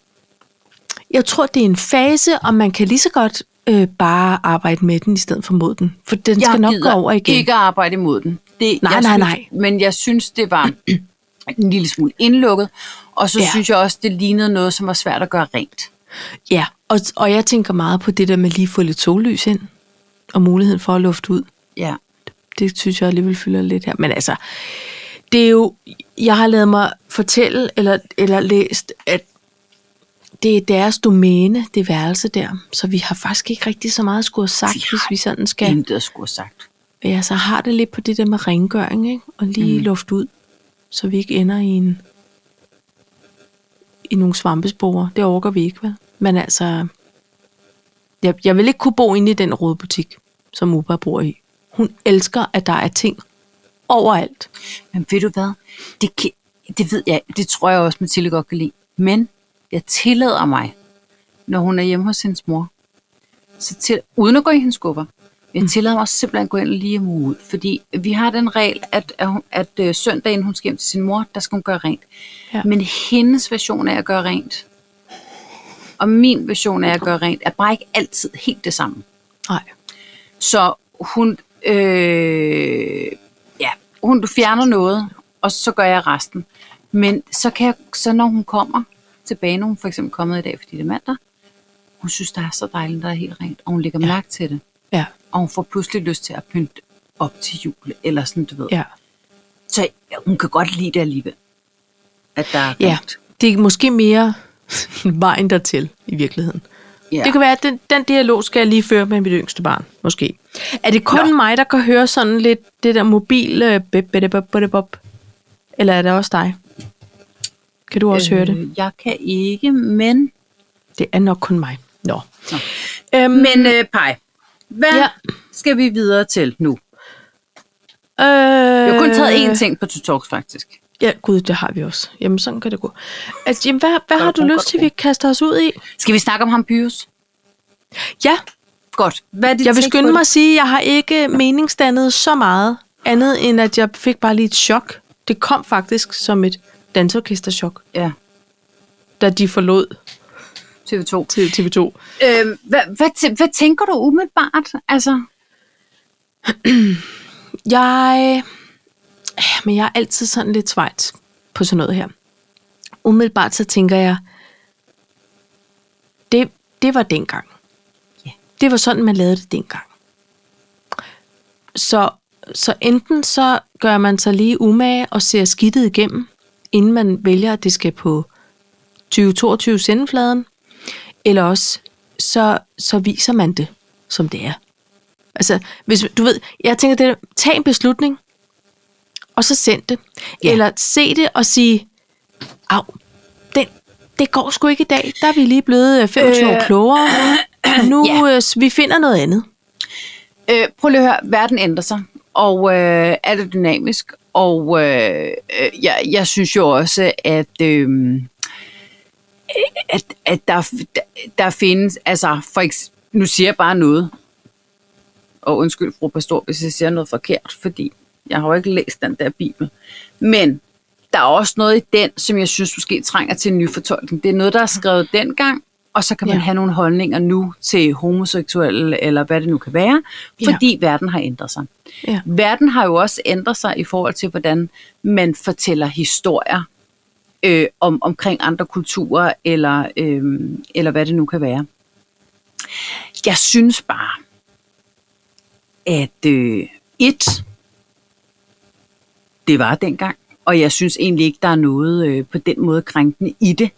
Speaker 2: jeg tror, det er en fase, og man kan lige så godt øh, bare arbejde med den, i stedet for mod den. For den
Speaker 1: Jeg
Speaker 2: skal nok gå
Speaker 1: gider
Speaker 2: over igen.
Speaker 1: ikke at arbejde imod den. Det,
Speaker 2: Nej,
Speaker 1: jeg
Speaker 2: nej,
Speaker 1: synes,
Speaker 2: nej.
Speaker 1: Men jeg synes, det var en lille smule indlukket. Og så
Speaker 2: Ja.
Speaker 1: ja. synes jeg også, det lignede noget, som var svært at gøre rent.
Speaker 2: Ja, og, og jeg tænker meget på det der med lige at få lidt sollys ind, og muligheden for at lufte ud.
Speaker 1: Ja.
Speaker 2: det synes jeg alligevel fylder lidt her. Men altså, det er jo, jeg har lavet mig fortælle, eller, eller læst, at det er deres domæne, det værelse der. Så vi har faktisk ikke rigtig så meget at skulle have sagt, hvis vi sådan
Speaker 1: ja.
Speaker 2: skal.
Speaker 1: Intet at skulle have sagt.
Speaker 2: Men jeg så har det lidt på det der med rengøring, ikke? og lige mm. luft ud, så vi ikke ender i en i nogle svampesporer. Det overgår vi ikke, vel? Men altså, jeg, jeg vil ikke kunne bo inde i den røde butik, som Uba bor i. Hun elsker, at der er ting overalt.
Speaker 1: Men ved du hvad? Det, kan, det ved jeg, det tror jeg også, Mathilde godt kan lide. Men jeg tillader mig, når hun er hjemme hos hendes mor, så til, uden at gå i hendes skuffer, men jeg tillader mig simpelthen at gå ind og lige muge ud. Fordi vi har den regel, at, at, hun, at øh, søndagen, hun skal hjem til sin mor, der skal hun gøre rent.
Speaker 2: Ja.
Speaker 1: Ja. Men hendes version af at gøre rent, og min version af at gøre rent, er bare ikke altid helt det samme.
Speaker 2: Nej.
Speaker 1: Så hun, øh, ja, hun du fjerner noget, og så gør jeg resten. Men så kan jeg, så når hun kommer tilbage, når hun for eksempel er kommet i dag, fordi det er mandag, hun synes, det er så dejligt, der er helt rent, og hun lægger ja. mærke til det.
Speaker 2: Ja,
Speaker 1: Og hun får pludselig lyst til at pynte op til jul, eller sådan, du ved. Ja.
Speaker 2: ja.
Speaker 1: Så ja, hun kan godt lide det alligevel. At der er
Speaker 2: Ja,
Speaker 1: rent.
Speaker 2: det er måske mere vejen dertil i virkeligheden. Ja.
Speaker 1: Ja.
Speaker 2: Det kan være, at den, den dialog skal jeg lige føre med mit yngste barn, måske. Er det kun Nå.
Speaker 1: Nå.
Speaker 2: mig, der kan høre sådan lidt det der mobil... øh, bip, bip, bip, bip, bip, Eller er det også dig? Kan du også øh. høre det?
Speaker 1: Øh, Jeg kan ikke, men...
Speaker 2: Det er nok kun mig. Nå.
Speaker 1: Nå.
Speaker 2: Øhm,
Speaker 1: Men øh, Paj, hvad
Speaker 2: Ja.
Speaker 1: ja. skal vi videre til nu?
Speaker 2: øh,
Speaker 1: Jeg har kun taget én ting på To Talks, faktisk.
Speaker 2: Ja, gud, det har vi også. Jamen, sådan kan det gå. Altså, jamen, hvad, hvad har du
Speaker 1: god,
Speaker 2: lyst
Speaker 1: godt
Speaker 2: til, vi kaster os ud i?
Speaker 1: Skal vi snakke om ham, Pyrus?
Speaker 2: Ja,
Speaker 1: Godt. Hvad er dit
Speaker 2: Jeg vil
Speaker 1: take
Speaker 2: skynde
Speaker 1: på
Speaker 2: mig at sige, at jeg har ikke meningsdannet så meget, andet end at jeg fik bare lige et chok. Det kom faktisk som et dansorkesterchok,
Speaker 1: det? Ja,
Speaker 2: da de forlod
Speaker 1: TV2.
Speaker 2: til TV2.
Speaker 1: Øhm, hvad, hvad, tæ- hvad tænker du umiddelbart? Altså,
Speaker 2: Jeg, men jeg er altid sådan lidt svejt på sådan noget her. Umiddelbart så tænker jeg, det, det var dengang.
Speaker 1: Ja.
Speaker 2: Det var sådan, man lavede det dengang. Så, så enten så gør man sig lige umage og ser skidtet igennem, inden man vælger, at det skal på 2022 sendefladen, eller også så, så viser man det, som det er. Altså, hvis, du ved, jeg tænker, det er, tag en beslutning, og så send det. Ja.
Speaker 1: Ja.
Speaker 2: Eller se det og sige, af, den, det går sgu ikke i dag. Der er vi lige blevet øh, 25 øh, år
Speaker 1: Øh,
Speaker 2: klogere. Nu,
Speaker 1: ja.
Speaker 2: ja. øh, s- vi finder noget andet.
Speaker 1: øh, prøv lige at høre, verden ændrer sig. og øh, er det dynamisk. Og øh, øh, jeg, jeg synes jo også, at, øh, at, at der, der findes, altså for eks, nu siger jeg bare noget, og undskyld fru Pastor, hvis jeg siger noget forkert, fordi jeg har jo ikke læst den der bibel, men der er også noget i den, som jeg synes måske trænger til en ny fortolkning. Det er noget, der er skrevet dengang, og så kan man
Speaker 2: Ja.
Speaker 1: ja. have nogle holdninger nu til homoseksuelle, eller hvad det nu kan være,
Speaker 2: Ja.
Speaker 1: fordi ja. verden har ændret sig.
Speaker 2: Ja.
Speaker 1: Verden har jo også ændret sig i forhold til, hvordan man fortæller historier øh, om, omkring andre kulturer, eller, øh, eller hvad det nu kan være. Jeg synes bare, at øh, et, det var dengang, og jeg synes egentlig ikke, der er noget øh, på den måde krænkende i det.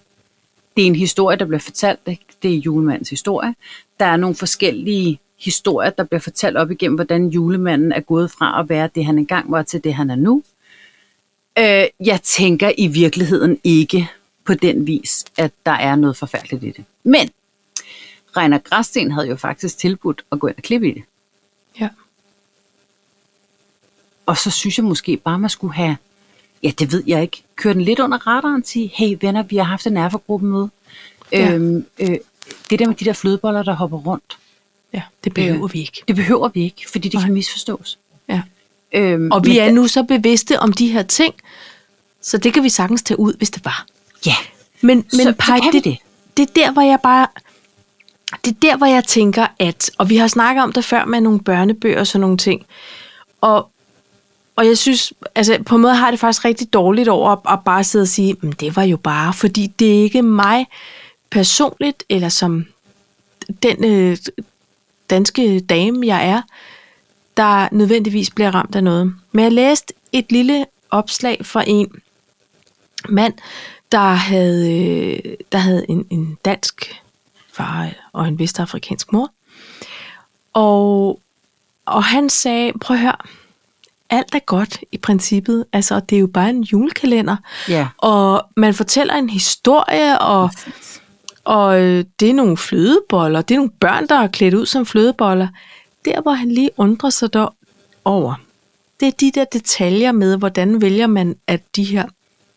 Speaker 1: Det er en historie, der bliver fortalt. ikke? Det er julemandens historie. Der er nogle forskellige historier, der bliver fortalt op igennem, hvordan julemanden er gået fra at være det, han engang var, til det, han er nu. Øh, jeg tænker i virkeligheden ikke på den vis, at der er noget forfærdeligt i det. Men Reiner Græsten havde jo faktisk tilbudt at gå ind og klippe i det.
Speaker 2: ja.
Speaker 1: Og så synes jeg måske bare, man skulle have, ja, det ved jeg ikke, køre den lidt under radaren og sige, hey venner, vi har haft en erfagruppemøde.
Speaker 2: Ja.
Speaker 1: Ja. Øhm, øh, det der med de der flødeboller, der hopper rundt,
Speaker 2: ja. Det behøver vi ikke.
Speaker 1: det behøver vi ikke, fordi det Nej. kan misforstås.
Speaker 2: Ja.
Speaker 1: Øhm,
Speaker 2: Og vi
Speaker 1: men
Speaker 2: er
Speaker 1: da-
Speaker 2: nu så bevidste om de her ting, så det kan vi sagtens tage ud, hvis det var.
Speaker 1: Ja,
Speaker 2: Men, men
Speaker 1: Så- så
Speaker 2: Paj,
Speaker 1: kan vi
Speaker 2: det,
Speaker 1: det.
Speaker 2: det er der, hvor jeg bare... Det er der, hvor jeg tænker, at... Og vi har snakket om det før med nogle børnebøger og sådan nogle ting. Og, og jeg synes, altså på en måde har jeg det faktisk rigtig dårligt over at, at bare sidde og sige, men det var jo bare, fordi det er ikke mig personligt, eller som den øh, danske dame, jeg er, der nødvendigvis bliver ramt af noget. Men jeg læste et lille opslag fra en, mand, der havde, øh, der havde en, en dansk far og en vestafrikansk mor. Og, og han sagde, prøv at høre, alt er godt i princippet. Altså, og det er jo bare en julekalender.
Speaker 1: Ja.
Speaker 2: Og man fortæller en historie, og, og øh, det er nogle flødeboller. Det er nogle børn, der er klædt ud som flødeboller. Der, hvor han lige undrer sig der over, det er de der detaljer med, hvordan vælger man, at de her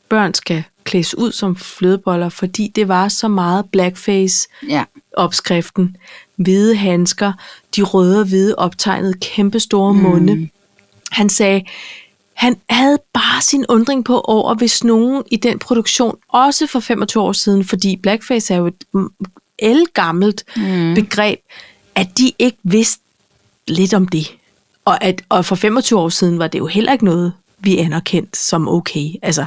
Speaker 2: børn skal klædes ud som flødeboller, fordi det var så meget blackface
Speaker 1: ja.
Speaker 2: opskriften. Hvide handsker, de røde og hvide optegnede kæmpe store mm. munde. Han sagde, han havde bare sin undring på over, hvis nogen i den produktion, også for 25 år siden, fordi blackface er jo et mm, ældgammelt mm. begreb, at de ikke vidste lidt om det. Og, at, og for 25 år siden var det jo heller ikke noget, vi anerkendte som okay. Altså,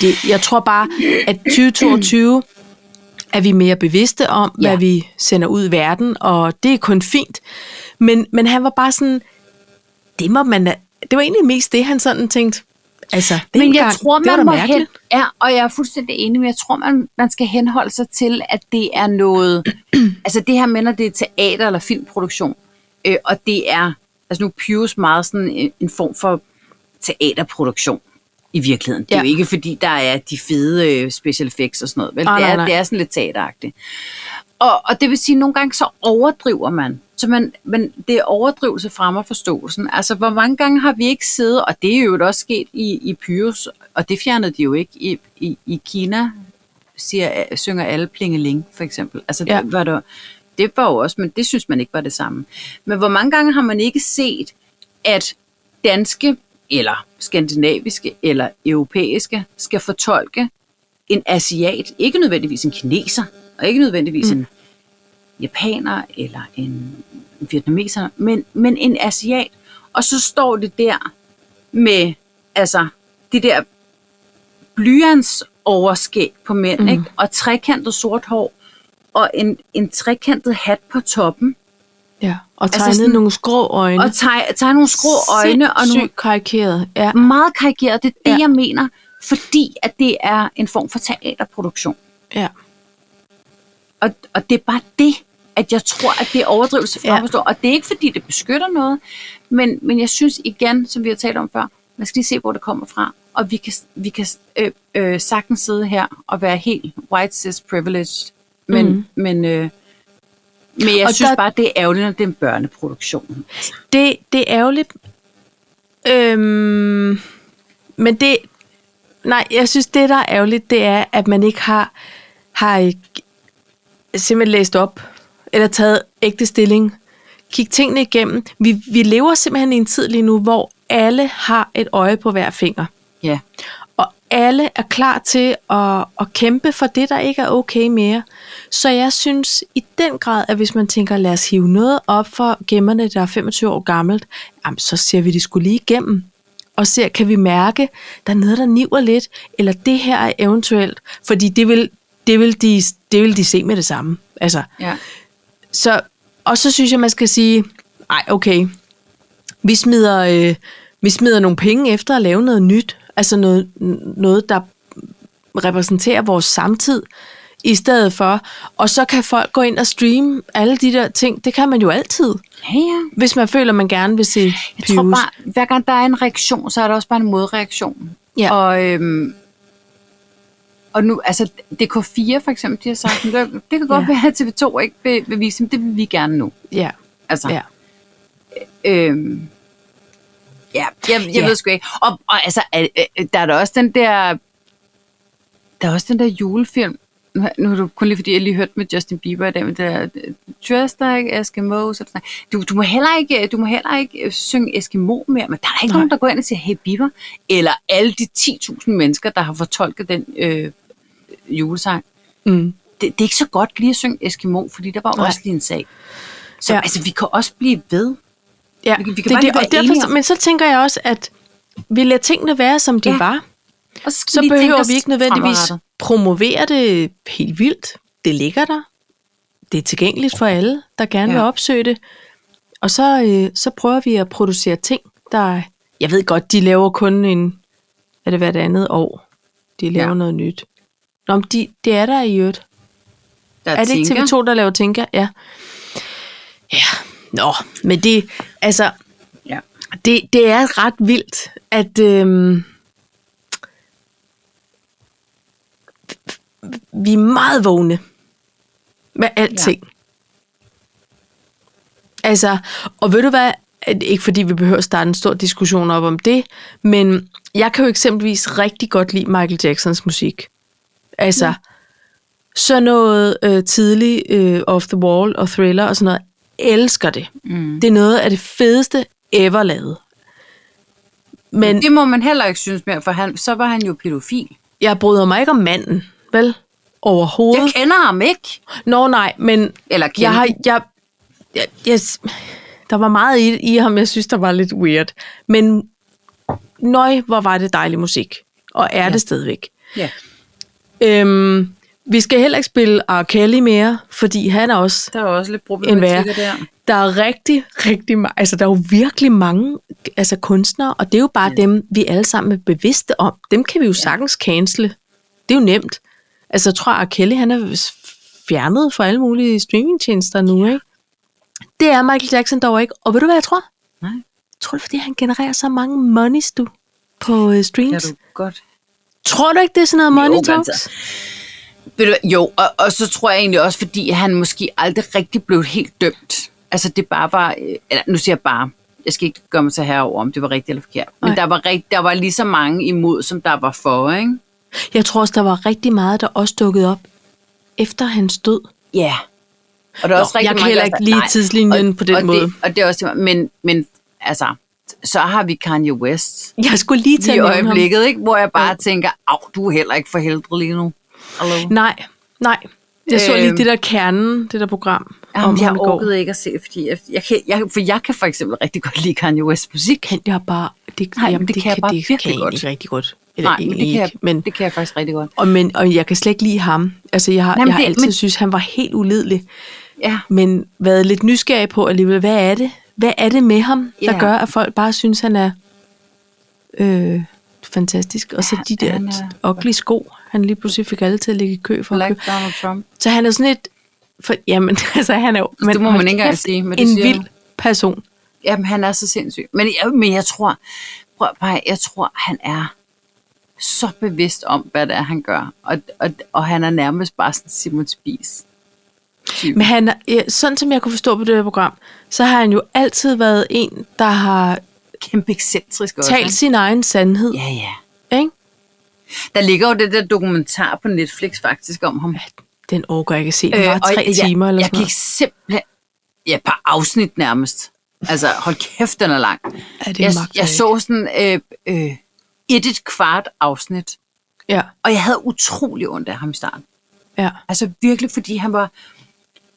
Speaker 2: det, jeg tror bare, at 2022 er vi mere bevidste om, ja.
Speaker 1: Ja.
Speaker 2: hvad vi sender ud i verden, og det er kun fint. Men, men han var bare sådan, det må man da- Det var egentlig mest det, han sådan tænkte. Altså, det
Speaker 1: Men jeg tror,
Speaker 2: det var
Speaker 1: man
Speaker 2: da
Speaker 1: må hen,
Speaker 2: mærkeligt.
Speaker 1: ja, og jeg er fuldstændig enig, men jeg tror, man, man skal henholde sig til, at det er noget, altså det her med, når det er teater eller filmproduktion, øh, og det er, altså nu Pius meget sådan en, en form for teaterproduktion i virkeligheden. Det er
Speaker 2: Ja.
Speaker 1: jo ikke, fordi der er de fede øh, special effects og sådan noget, vel?
Speaker 2: Ah,
Speaker 1: det,
Speaker 2: nej,
Speaker 1: er,
Speaker 2: nej.
Speaker 1: det er sådan lidt teateragtigt. Og, og det vil sige, at nogle gange så overdriver man. Så man, men det er overdrivelse fremmer forståelsen. Altså, hvor mange gange har vi ikke siddet, og det er jo også sket i, i Pyrus, og det fjernede de jo ikke i, i, i Kina, siger, synger alle plingeling, for eksempel. Altså,
Speaker 2: Ja.
Speaker 1: ja. det, var der, det var jo også, men det synes man ikke var det samme. Men hvor mange gange har man ikke set, at danske, eller skandinaviske, eller europæiske, skal fortolke en asiat, ikke nødvendigvis en kineser, og ikke nødvendigvis mm. en japaner eller en vietnameser, men, men en asiat. Og så står det der med, altså, det der blyants overskæg på mænd, mm. ikke? og trekantet sort hår, og en, en trekantet hat på toppen,
Speaker 2: Ja, og
Speaker 1: Altså
Speaker 2: tegnede altså sådan,
Speaker 1: sådan-
Speaker 2: nogle skrå øjne.
Speaker 1: og tegne teg nogle skrå øjne og nogle
Speaker 2: Sindssygt karikeret. Ja.
Speaker 1: meget karikeret. Det er det,
Speaker 2: Ja.
Speaker 1: ja. jeg mener, fordi at det er en form for teaterproduktion.
Speaker 2: ja.
Speaker 1: Og, og det er bare det, at jeg tror, at det er overdrivelse
Speaker 2: Ja.
Speaker 1: fra ja. Og det er ikke, fordi det beskytter noget, men, men jeg synes igen, som vi har talt om før, man skal lige se, hvor det kommer fra. Og vi kan, vi kan øh, øh, sagtens sidde her og være helt white cis privileged, men, mm. men, øh, men jeg
Speaker 2: Og
Speaker 1: og synes
Speaker 2: der-
Speaker 1: der... bare, det er ærgerligt, når det er en børneproduktion.
Speaker 2: Det, det er ærgerligt, Øhm, men det... Nej, jeg synes, det der er ærgerligt, det er, at man ikke har, har ikke simpelthen læst op, eller taget ægte stilling. Kig tingene igennem. Vi, vi lever simpelthen i en tid lige nu, hvor alle har et øje på hver finger.
Speaker 1: Ja.
Speaker 2: Og alle er klar til at, at kæmpe for det, der ikke er okay mere. Så jeg synes i den grad, at hvis man tænker, lad os hive noget op for gemmerne, der er 25 år gammelt, jamen, så ser vi det skulle lige igennem. Og ser, kan vi mærke, der er noget, der niver lidt, eller det her er eventuelt. Fordi det vil, det vil, de, det vil de se med det samme. Altså,
Speaker 1: ja.
Speaker 2: så, og så synes jeg, man skal sige, nej, okay, vi smider, øh, vi smider nogle penge efter at lave noget nyt, altså noget, noget, der repræsenterer vores samtid, i stedet for, og så kan folk gå ind og streame alle de der ting, det kan man jo altid,
Speaker 1: Ja, ja.
Speaker 2: hvis man føler, man gerne vil se
Speaker 1: Jeg
Speaker 2: Pius.
Speaker 1: tror bare, hver gang der er en reaktion, så er der også bare en modreaktion.
Speaker 2: Ja.
Speaker 1: Og, øhm, og nu, altså DK4 for eksempel, de har sagt, "Men det, det kan godt
Speaker 2: Ja.
Speaker 1: ja. være, at TV2 ikke vil, vil vise, men det vil vi gerne nu.
Speaker 2: ja,
Speaker 1: Altså,
Speaker 2: ja.
Speaker 1: Øhm, ja, jeg, jeg
Speaker 2: Ja.
Speaker 1: ja. ved sgu ikke. Og, og altså, al- øh, der er da også den der, der er også den der julefilm. Nu har- Nu er det kun lige fordi, jeg lige hørte med Justin Bieber i dag, men det der øh, Dress Like Eskimos. Og sådan noget. du, du, må heller ikke, du må heller ikke øh, synge Eskimo mere, men der er da ikke
Speaker 2: Nej.
Speaker 1: Nej. nogen, der går ind og siger, hey Bieber, eller alle de 10.000 mennesker, der har fortolket den øh, julesang.
Speaker 2: Mm.
Speaker 1: Det, det, er ikke så godt lige at synge Eskimo, fordi der var jo
Speaker 2: Nej.
Speaker 1: også lige en sag. Så
Speaker 2: Ja.
Speaker 1: ja. altså, vi kan også blive ved.
Speaker 2: Ja,
Speaker 1: Vi kan- vi kan
Speaker 2: det, er
Speaker 1: bare
Speaker 2: det,
Speaker 1: lige være
Speaker 2: og derfor,
Speaker 1: enige om-
Speaker 2: men så tænker jeg også, at vi lader tingene være, som de ja.
Speaker 1: Ja.
Speaker 2: var.
Speaker 1: Og skal
Speaker 2: Så
Speaker 1: vi tænke
Speaker 2: behøver
Speaker 1: os
Speaker 2: vi ikke nødvendigvis
Speaker 1: fremadrettet.
Speaker 2: promovere det helt vildt. Det ligger der. Det er tilgængeligt for alle, der gerne ja.
Speaker 1: Ja.
Speaker 2: vil opsøge det. Og så, øh, så prøver vi at producere ting, der... Jeg ved godt, de laver kun en... Er det hvert andet år? De laver ja.
Speaker 1: Ja.
Speaker 2: noget nyt. Nå, men de, det er der i øvrigt.
Speaker 1: Der
Speaker 2: Er det ikke
Speaker 1: tænker-
Speaker 2: TV2, der laver Tinka? Ja. Ja, nå, men det... Altså,
Speaker 1: Ja.
Speaker 2: det, det er ret vildt, at øhm, vi er meget vågne med alting. Ja. Altså, og ved du hvad, At- ikke fordi vi behøver at starte en stor diskussion op om det, men jeg kan jo eksempelvis rigtig godt lide Michael Jacksons musik. Altså, mm. sådan noget øh, tidlig øh, Off the Wall og Thriller og sådan noget, elsker det.
Speaker 1: Mm.
Speaker 2: Det er noget af det fedeste ever lavet. Men
Speaker 1: Det må man heller ikke synes mere, for han, så var han jo pædofil.
Speaker 2: jeg bryder mig ikke om manden, vel?
Speaker 1: Jeg
Speaker 2: Overhovedet.
Speaker 1: kender ham ikke.
Speaker 2: Nå nej, men
Speaker 1: Eller kender
Speaker 2: jeg har... Jeg, jeg, jeg, der var meget i, i ham, jeg synes, der var lidt weird. Men nøj, hvor var det dejlig musik. Og er ja. det stadigvæk.
Speaker 1: Ja.
Speaker 2: Øhm, vi skal heller ikke spille R. Kelly mere, fordi han er også
Speaker 1: Der er også lidt
Speaker 2: end være.
Speaker 1: problematikker der.
Speaker 2: Der er rigtig, rigtig mange, altså der er jo virkelig mange altså kunstnere, og det er jo bare ja. dem, vi alle sammen er bevidste om. Dem kan vi jo sagtens cancele. Det er jo nemt. Altså jeg tror, at Kelly han er fjernet fra alle mulige streamingtjenester nu, ikke? Det er Michael Jackson dog ikke. Og ved du, hvad jeg tror?
Speaker 1: Nej,
Speaker 2: Jeg tror, det er, fordi han genererer så mange monies, du, på øh,
Speaker 1: kan
Speaker 2: streams.
Speaker 1: du godt.
Speaker 2: Tror du ikke, det er sådan noget money
Speaker 1: Jo, men altså-
Speaker 2: talks?
Speaker 1: Ved du, hvad, jo, og, og så tror jeg egentlig også, fordi han måske aldrig rigtig blev helt dømt. Altså det bare var, øh, eller nu siger jeg bare, jeg skal ikke gøre mig til herover, om det var rigtigt eller forkert. Men
Speaker 2: Nej.
Speaker 1: der var, rigt, der var lige så mange imod, som der var for, ikke?
Speaker 2: Jeg tror også, der var rigtig meget, der også dukkede op efter hans død.
Speaker 1: Ja. Og der er
Speaker 2: Nå,
Speaker 1: også rigtig
Speaker 2: jeg kan
Speaker 1: mange,
Speaker 2: heller
Speaker 1: der-
Speaker 2: ikke lige
Speaker 1: nej.
Speaker 2: tidslinjen
Speaker 1: og,
Speaker 2: på den
Speaker 1: og
Speaker 2: måde.
Speaker 1: Det, og det er også, men, men altså, så har vi Kanye West
Speaker 2: Jeg skulle lige til
Speaker 1: lige i
Speaker 2: at nævne ham.
Speaker 1: øjeblikket, ikke? hvor jeg bare
Speaker 2: Jo.
Speaker 1: tænker, au, du er heller ikke for heldig lige nu. Hallo.
Speaker 2: Nej, nej. Jeg så lige
Speaker 1: Øhm.
Speaker 2: det der kernen, det der program om
Speaker 1: Jamen,
Speaker 2: ham i
Speaker 1: jeg
Speaker 2: går.
Speaker 1: orkede ikke at se, fordi jeg, jeg, kan, jeg, for jeg kan for eksempel rigtig godt lide Kanye West musik.
Speaker 2: Kan jeg bare... Det,
Speaker 1: Nej, men det kan jeg bare
Speaker 2: det
Speaker 1: virkelig
Speaker 2: kan
Speaker 1: godt.
Speaker 2: ikke rigtig godt. Eller
Speaker 1: Nej, men det,
Speaker 2: egentlig
Speaker 1: kan jeg,
Speaker 2: ikke, men,
Speaker 1: det kan jeg faktisk rigtig godt.
Speaker 2: og, men, og jeg kan slet ikke lide ham. Altså, jeg har,
Speaker 1: Nej, men
Speaker 2: jeg har
Speaker 1: det-
Speaker 2: altid
Speaker 1: men-
Speaker 2: synes han var helt ulidelig.
Speaker 1: Ja,
Speaker 2: Men været lidt nysgerrig på alligevel, hvad er det? Hvad er det med ham, der
Speaker 1: Ja.
Speaker 2: gør, at folk bare synes, han er øh, fantastisk? Og så
Speaker 1: Ja,
Speaker 2: de der
Speaker 1: han er-
Speaker 2: ugly sko, han lige pludselig fik alle til at ligge i kø for at
Speaker 1: Black
Speaker 2: købe.
Speaker 1: Donald Trump.
Speaker 2: Så han er sådan et... For, jamen, altså, han er jo... men
Speaker 1: Det må man
Speaker 2: hold
Speaker 1: ikke engang
Speaker 2: kæft,
Speaker 1: sige, men det
Speaker 2: En
Speaker 1: siger
Speaker 2: vild
Speaker 1: du.
Speaker 2: person.
Speaker 1: Jamen, han er så sindssyg. Men jeg, men jeg tror, prøv bare, jeg tror, han er så bevidst om, hvad det er, han gør. Og, og, og han er nærmest bare sådan Simon Spies.
Speaker 2: Men han, er- ja, sådan som jeg kunne forstå på det her program, så har han jo altid været en, der har
Speaker 1: kæmpe ekscentrisk også.
Speaker 2: Tal
Speaker 1: ikke?
Speaker 2: sin egen sandhed,
Speaker 1: Ja, ja.
Speaker 2: ikke?
Speaker 1: Der ligger jo det der dokumentar på Netflix faktisk om ham. Øh,
Speaker 2: Den overgår jeg ikke at se. Den var
Speaker 1: og
Speaker 2: tre
Speaker 1: jeg,
Speaker 2: timer
Speaker 1: jeg,
Speaker 2: eller
Speaker 1: jeg
Speaker 2: sådan
Speaker 1: gik
Speaker 2: noget.
Speaker 1: simpelthen... Ja, et par afsnit nærmest. Altså, hold kæft, den er lang.
Speaker 2: Ja, det
Speaker 1: Jeg,
Speaker 2: magter
Speaker 1: jeg
Speaker 2: ikke.
Speaker 1: så sådan øh, øh, et et kvart afsnit,
Speaker 2: Ja,
Speaker 1: og jeg havde utrolig ondt af ham i starten.
Speaker 2: ja.
Speaker 1: Altså virkelig, fordi han var...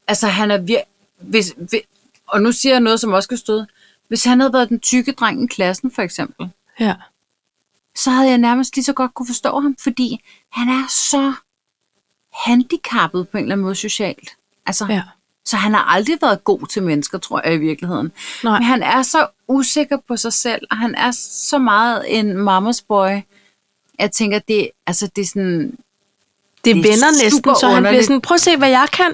Speaker 1: Altså han er vir- hvis, hvis, Og nu siger jeg noget, som også kan støde. Hvis han havde været den tykke dreng i klassen, for eksempel,
Speaker 2: Ja.
Speaker 1: så havde jeg nærmest lige så godt kunne forstå ham, fordi han er så handicappet på en eller anden måde socialt. Altså,
Speaker 2: Ja.
Speaker 1: Så han har aldrig været god til mennesker, tror jeg i virkeligheden.
Speaker 2: Nej.
Speaker 1: Men han er så usikker på sig selv, og han er så meget en mamas boy. Jeg tænker, det, altså, det er sådan...
Speaker 2: Det,
Speaker 1: Det
Speaker 2: det
Speaker 1: er
Speaker 2: vender
Speaker 1: super
Speaker 2: næsten, så han bliver
Speaker 1: underligt.
Speaker 2: sådan, prøv at se, hvad jeg kan.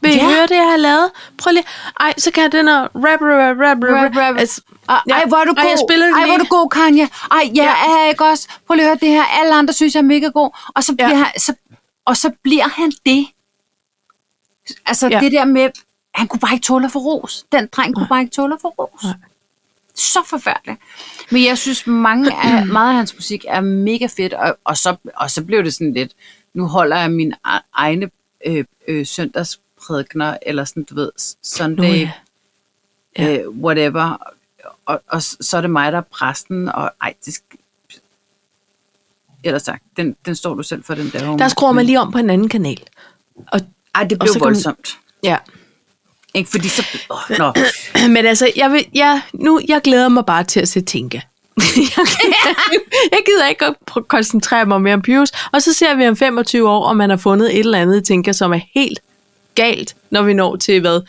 Speaker 2: Vil I
Speaker 1: Ja.
Speaker 2: høre det, jeg har lavet? Prøv lige. Ej, så kan jeg den her rap, rap, rap,
Speaker 1: Rap, rap.
Speaker 2: rap, rap. Altså,
Speaker 1: Ja. Ej,
Speaker 2: ja.
Speaker 1: hvor er du god.
Speaker 2: Ej, jeg spiller den
Speaker 1: Ej, hvor er
Speaker 2: lige.
Speaker 1: du god, Kanye. Ej, ja, ja. er jeg ikke også? Prøv lige at høre det her. Alle andre synes, jeg er mega god. Og så
Speaker 2: Ja.
Speaker 1: bliver, han, så, og så bliver han det. Altså ja.
Speaker 2: Ja.
Speaker 1: det der med, han kunne bare ikke tåle at få ros. Den dreng kunne bare ikke tåle at få ros.
Speaker 2: Nej.
Speaker 1: Så forfærdeligt. Men jeg synes, mange af, meget af hans musik er mega fedt. Og, og, så, og så blev det sådan lidt, nu holder jeg mine e- egne øh, øh, søndagsprædikner, eller sådan, du ved, Sunday
Speaker 2: ja.
Speaker 1: ja. øh, whatever, og, og, s- så er det mig, der er præsten, og ej, det skal... Ellers sagt, den, den står du selv for, den der.
Speaker 2: Der skruer man lige om på en anden kanal. Og,
Speaker 1: Ej, det
Speaker 2: og
Speaker 1: blev
Speaker 2: så kan man-
Speaker 1: voldsomt.
Speaker 2: ja.
Speaker 1: Man... Ikke, fordi så... Oh, nå.
Speaker 2: Men altså, jeg, vil, ja, nu, jeg glæder mig bare til at se Tinka. jeg, gider, jeg gider ikke at pr- koncentrere mig mere om Pius. Og så ser vi om 25 år, om man har fundet et eller andet i Tinka, som er helt galt, når vi når til, hvad,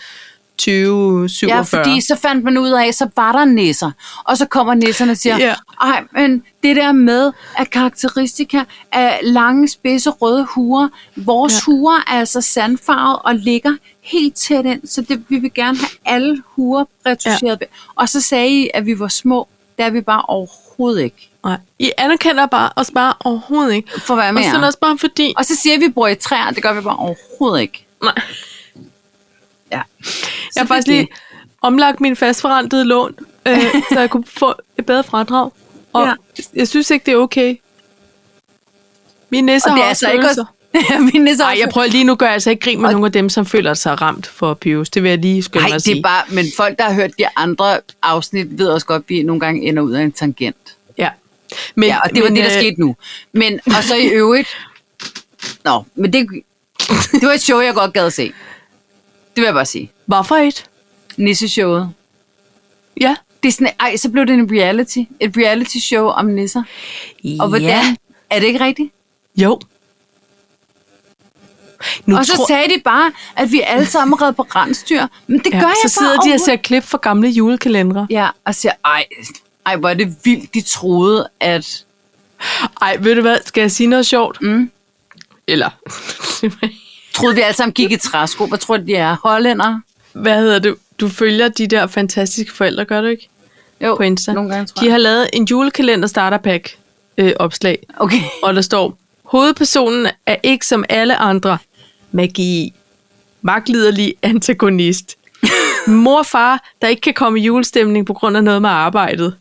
Speaker 2: 2047.
Speaker 1: Ja, fordi så fandt man ud af, så var der nisser. Og så kommer nisserne og siger,
Speaker 2: Ja.
Speaker 1: ej, men det der med, at karakteristika af lange, spidse, røde huer, vores ja.
Speaker 2: Ja.
Speaker 1: huer er altså sandfarvet og ligger helt tæt ind, så det, vi vil gerne have alle huer retuscheret. Ja. Og så sagde I, at vi var små. Der er vi bare overhovedet ikke.
Speaker 2: Nej. I anerkender bare os bare overhovedet ikke.
Speaker 1: For hvad med
Speaker 2: og sådan
Speaker 1: jer?
Speaker 2: også bare fordi...
Speaker 1: Og så siger vi, at vi bor i træer, det gør vi bare overhovedet ikke.
Speaker 2: Nej,
Speaker 1: Ja.
Speaker 2: jeg har faktisk lige omlagt min fastforrentede lån, øh, så jeg kunne få et bedre fradrag. Og
Speaker 1: Ja.
Speaker 2: ja. jeg synes ikke, det er okay. Min næse
Speaker 1: Og
Speaker 2: har
Speaker 1: det er
Speaker 2: også
Speaker 1: altså ikke
Speaker 2: følelser.
Speaker 1: også... Min nisser
Speaker 2: Nej, jeg prøver lige nu, gør jeg altså ikke grin med nogen af dem, som føler sig ramt for Pius. Det vil jeg lige skynde
Speaker 1: Nej,
Speaker 2: mig at
Speaker 1: det
Speaker 2: sige.
Speaker 1: er bare, men folk, der har hørt de andre afsnit, ved også godt, at vi nogle gange ender ud af en tangent.
Speaker 2: Ja. Men,
Speaker 1: Ja, og det var
Speaker 2: men,
Speaker 1: det, der
Speaker 2: øh,
Speaker 1: skete nu. Men, og så i øvrigt... Nå, men det, det var et show, jeg godt gad at se. Det vil jeg bare sige.
Speaker 2: Hvorfor ikke?
Speaker 1: Nisse-showet.
Speaker 2: Ja.
Speaker 1: Det er sådan, ej, så blev det en reality. Et reality show om nisser. Og hvordan?
Speaker 2: Ja.
Speaker 1: Er det ikke rigtigt?
Speaker 2: Jo. Nu
Speaker 1: og så
Speaker 2: tror-
Speaker 1: sagde de bare, at vi alle sammen red på rensdyr. Men det ja, gør jeg
Speaker 2: så sidder
Speaker 1: bare
Speaker 2: de og ser klip fra gamle julekalendere.
Speaker 1: Ja, og siger, ej, ej, hvor er det vildt, de troede, at...
Speaker 2: Ej, ved du hvad? Skal jeg sige noget sjovt?
Speaker 1: Mm.
Speaker 2: Eller,
Speaker 1: Troede vi alle sammen gik i træsko. Hvad tror du, de er? Hollænder?
Speaker 2: hvad hedder det? Du følger de der fantastiske forældre, gør du ikke?
Speaker 1: Jo,
Speaker 2: På Insta.
Speaker 1: nogle gange, tror
Speaker 2: De
Speaker 1: jeg.
Speaker 2: har lavet en julekalender starterpack øh, opslag,
Speaker 1: Okay.
Speaker 2: og der står, hovedpersonen er ikke som alle andre. Magi. Magtliderlig antagonist. Mor og far, der ikke kan komme i julestemning på grund af noget med arbejdet.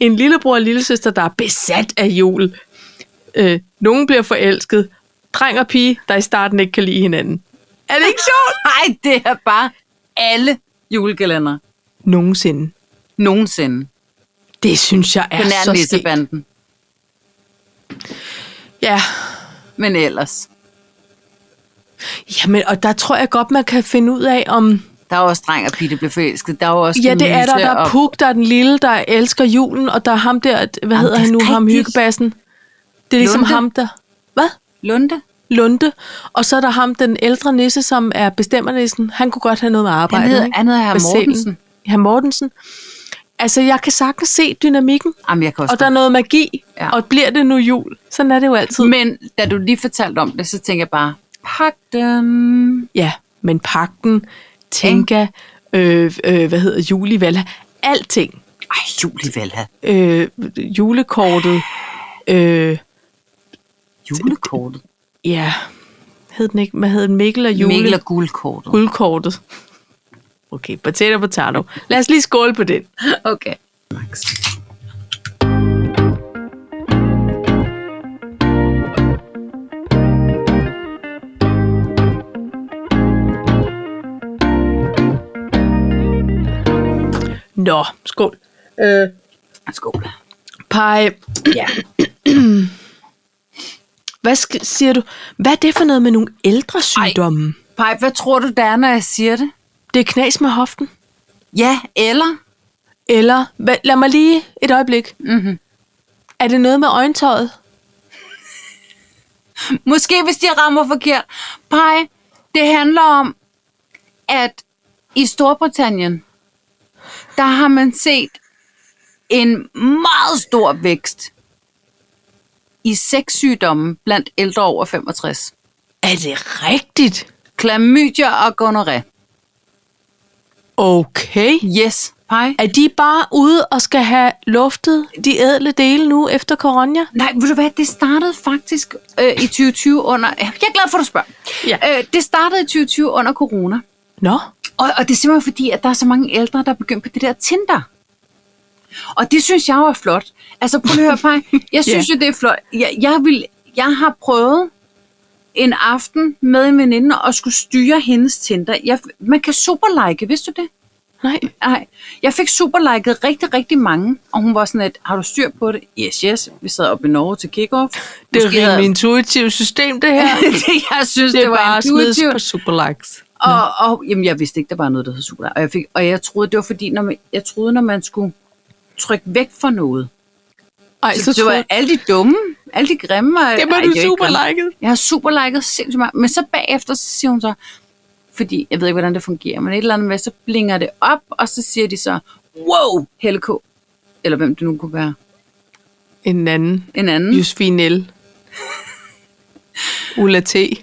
Speaker 2: En lillebror og lillesøster, der er besat af jul. Øh, nogen bliver forelsket. Dreng og pige, der i starten ikke kan lide hinanden. Er det ikke sjovt?
Speaker 1: Nej, det er bare alle julekalender.
Speaker 2: Nogensinde.
Speaker 1: Nogensinde.
Speaker 2: Det synes jeg er
Speaker 1: På nær
Speaker 2: så skægt.
Speaker 1: nissebanden.
Speaker 2: Ja.
Speaker 1: Men ellers.
Speaker 2: Jamen, og der tror jeg godt, man kan finde ud af, om...
Speaker 1: Der er også dreng og pige, der bliver forelsket. Der er jo også
Speaker 2: Ja, det er der.
Speaker 1: Gemyse
Speaker 2: Der er
Speaker 1: og-
Speaker 2: Puk, der er den lille, der elsker julen, og der er ham der, hvad hedder
Speaker 1: det er
Speaker 2: han nu, ham
Speaker 1: rigtigt.
Speaker 2: hyggebassen. Det er ligesom
Speaker 1: Lunde.
Speaker 2: ham der. Hvad?
Speaker 1: Lunde.
Speaker 2: Lunde. Og så er der ham, den ældre nisse, som er bestemmernissen. Han kunne godt have noget med arbejde.
Speaker 1: hedder-
Speaker 2: ikke?
Speaker 1: han hedder herr
Speaker 2: Med sælen.
Speaker 1: Mortensen.
Speaker 2: Herr Mortensen. Altså, jeg kan sagtens se dynamikken,
Speaker 1: Jamen, jeg kan også
Speaker 2: og der er noget magi,
Speaker 1: Ja.
Speaker 2: ja. og bliver det nu jul? Sådan er det jo altid.
Speaker 1: Men da du lige fortalte om det, så tænker jeg bare, pak dem.
Speaker 2: Ja, men pakken, Tinka, øh, øh, hvad hedder Juli Valha, alting.
Speaker 1: Ej, Julie Valha.
Speaker 2: Øh, julekortet, øh,
Speaker 1: Julekortet.
Speaker 2: ja, hed den ikke, hvad hed den, Mikkel og Jule?
Speaker 1: Mikkel og guldkortet.
Speaker 2: Guldkortet. Okay, potato, potato. Lad os lige skåle på den.
Speaker 1: Okay. Max.
Speaker 2: Nå, skål. Øh,
Speaker 1: Skål.
Speaker 2: Pej,
Speaker 1: Ja.
Speaker 2: hvad sk- siger du? Hvad er det for noget med nogle ældre sygdomme? Ej.
Speaker 1: Pej, hvad tror du, der er, når jeg siger det?
Speaker 2: Det er knas med hoften?
Speaker 1: Ja, eller?
Speaker 2: Eller, hvad, lad mig lige et øjeblik. Mm-hmm. Er det noget med øjentøjet?
Speaker 1: Måske hvis de rammer forkert. Pej, det handler om, at i Storbritannien, der har man set en meget stor vækst i sexsygdomme blandt ældre over 65.
Speaker 2: Er det rigtigt?
Speaker 1: Klamydia og gonoré.
Speaker 2: Okay.
Speaker 1: Yes, pej.
Speaker 2: Er de bare ude og skal have luftet de ædle dele nu efter corona?
Speaker 1: Nej, ved du hvad, det startede faktisk øh, i 2020 under... Jeg er glad for, at du spørger.
Speaker 2: Ja.
Speaker 1: Øh, det startede i 2020 under corona.
Speaker 2: Nå,
Speaker 1: Og, og det er simpelthen fordi, at der er så mange ældre, der er begyndt på det der Tinder. Og det synes jeg jo er flot. Altså prøv lige at høre, Paj. Jeg synes jo, det er flot. Jeg, jeg, vil, jeg har prøvet en aften med en veninde og skulle styre hendes Tinder. Jeg, man kan superlike, vidste du det?
Speaker 2: nej.
Speaker 1: Nej, jeg fik superliket rigtig, rigtig mange, og hun var sådan lidt, har du styr på det? Yes, yes. Vi sad oppe i Norge til kickoff.
Speaker 2: Det er
Speaker 1: Måske havde-
Speaker 2: rimelig intuitivt system, det her.
Speaker 1: det, jeg synes, det,
Speaker 2: Det er
Speaker 1: var
Speaker 2: bare at smide
Speaker 1: intuitivt.
Speaker 2: på superlikes.
Speaker 1: Og, og jamen, jeg vidste ikke, der var noget, der hed chokolade. Og jeg, fik, og jeg troede, det var fordi, når man, jeg troede, når man skulle trykke væk fra noget.
Speaker 2: Ej,
Speaker 1: Så, så det var alle de dumme, alle de grimme. Og,
Speaker 2: Det var
Speaker 1: Ej,
Speaker 2: du
Speaker 1: jeg er ikke grim.
Speaker 2: superliket.
Speaker 1: Jeg har superliket sindssygt meget. Men så bagefter, så siger hun så, fordi jeg ved ikke, hvordan det fungerer, men et eller andet med, så blinker det op, og så siger de så, wow, Helle K. Eller hvem det nu kunne være.
Speaker 2: En anden.
Speaker 1: En anden.
Speaker 2: Josefine L. Ulla T.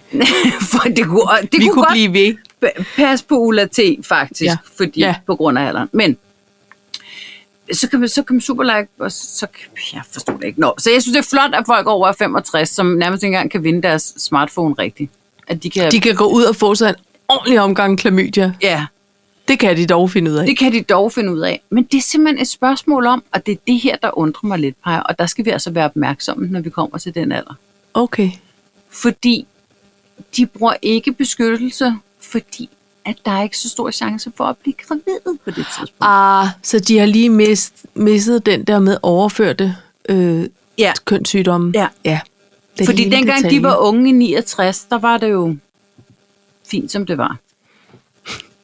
Speaker 1: For det kunne, og det
Speaker 2: Vi
Speaker 1: kunne,
Speaker 2: kunne
Speaker 1: godt
Speaker 2: blive ved.
Speaker 1: p- passe på Ulla T, faktisk,
Speaker 2: Ja.
Speaker 1: ja. fordi
Speaker 2: Ja.
Speaker 1: ja. på grund af alderen. Men så kan man, så kan man superlike, og så, så kan, jeg forstod det ikke. Nå, så jeg synes, det er flot, at folk over 65, som nærmest ikke engang kan vinde deres smartphone rigtigt, at de kan...
Speaker 2: De kan gå ud og få sig en ordentlig omgang klamydia.
Speaker 1: ja,
Speaker 2: Det kan de dog finde ud af.
Speaker 1: det kan de dog finde ud af. Men det er simpelthen et spørgsmål om, og det er det her, der undrer mig lidt, Paj, og der skal vi altså være opmærksomme, når vi kommer til den alder.
Speaker 2: Okay.
Speaker 1: Fordi de bruger ikke beskyttelse, fordi at der er ikke så stor chance for at blive gravid på det tidspunkt.
Speaker 2: Ah, så de har lige mist, misset den der med overførte øh,
Speaker 1: Ja.
Speaker 2: kønssygdomme.
Speaker 1: Ja.
Speaker 2: ja. Den
Speaker 1: Fordi
Speaker 2: lille
Speaker 1: dengang
Speaker 2: detalje.
Speaker 1: de var unge i 69, der var det jo fint, som det var.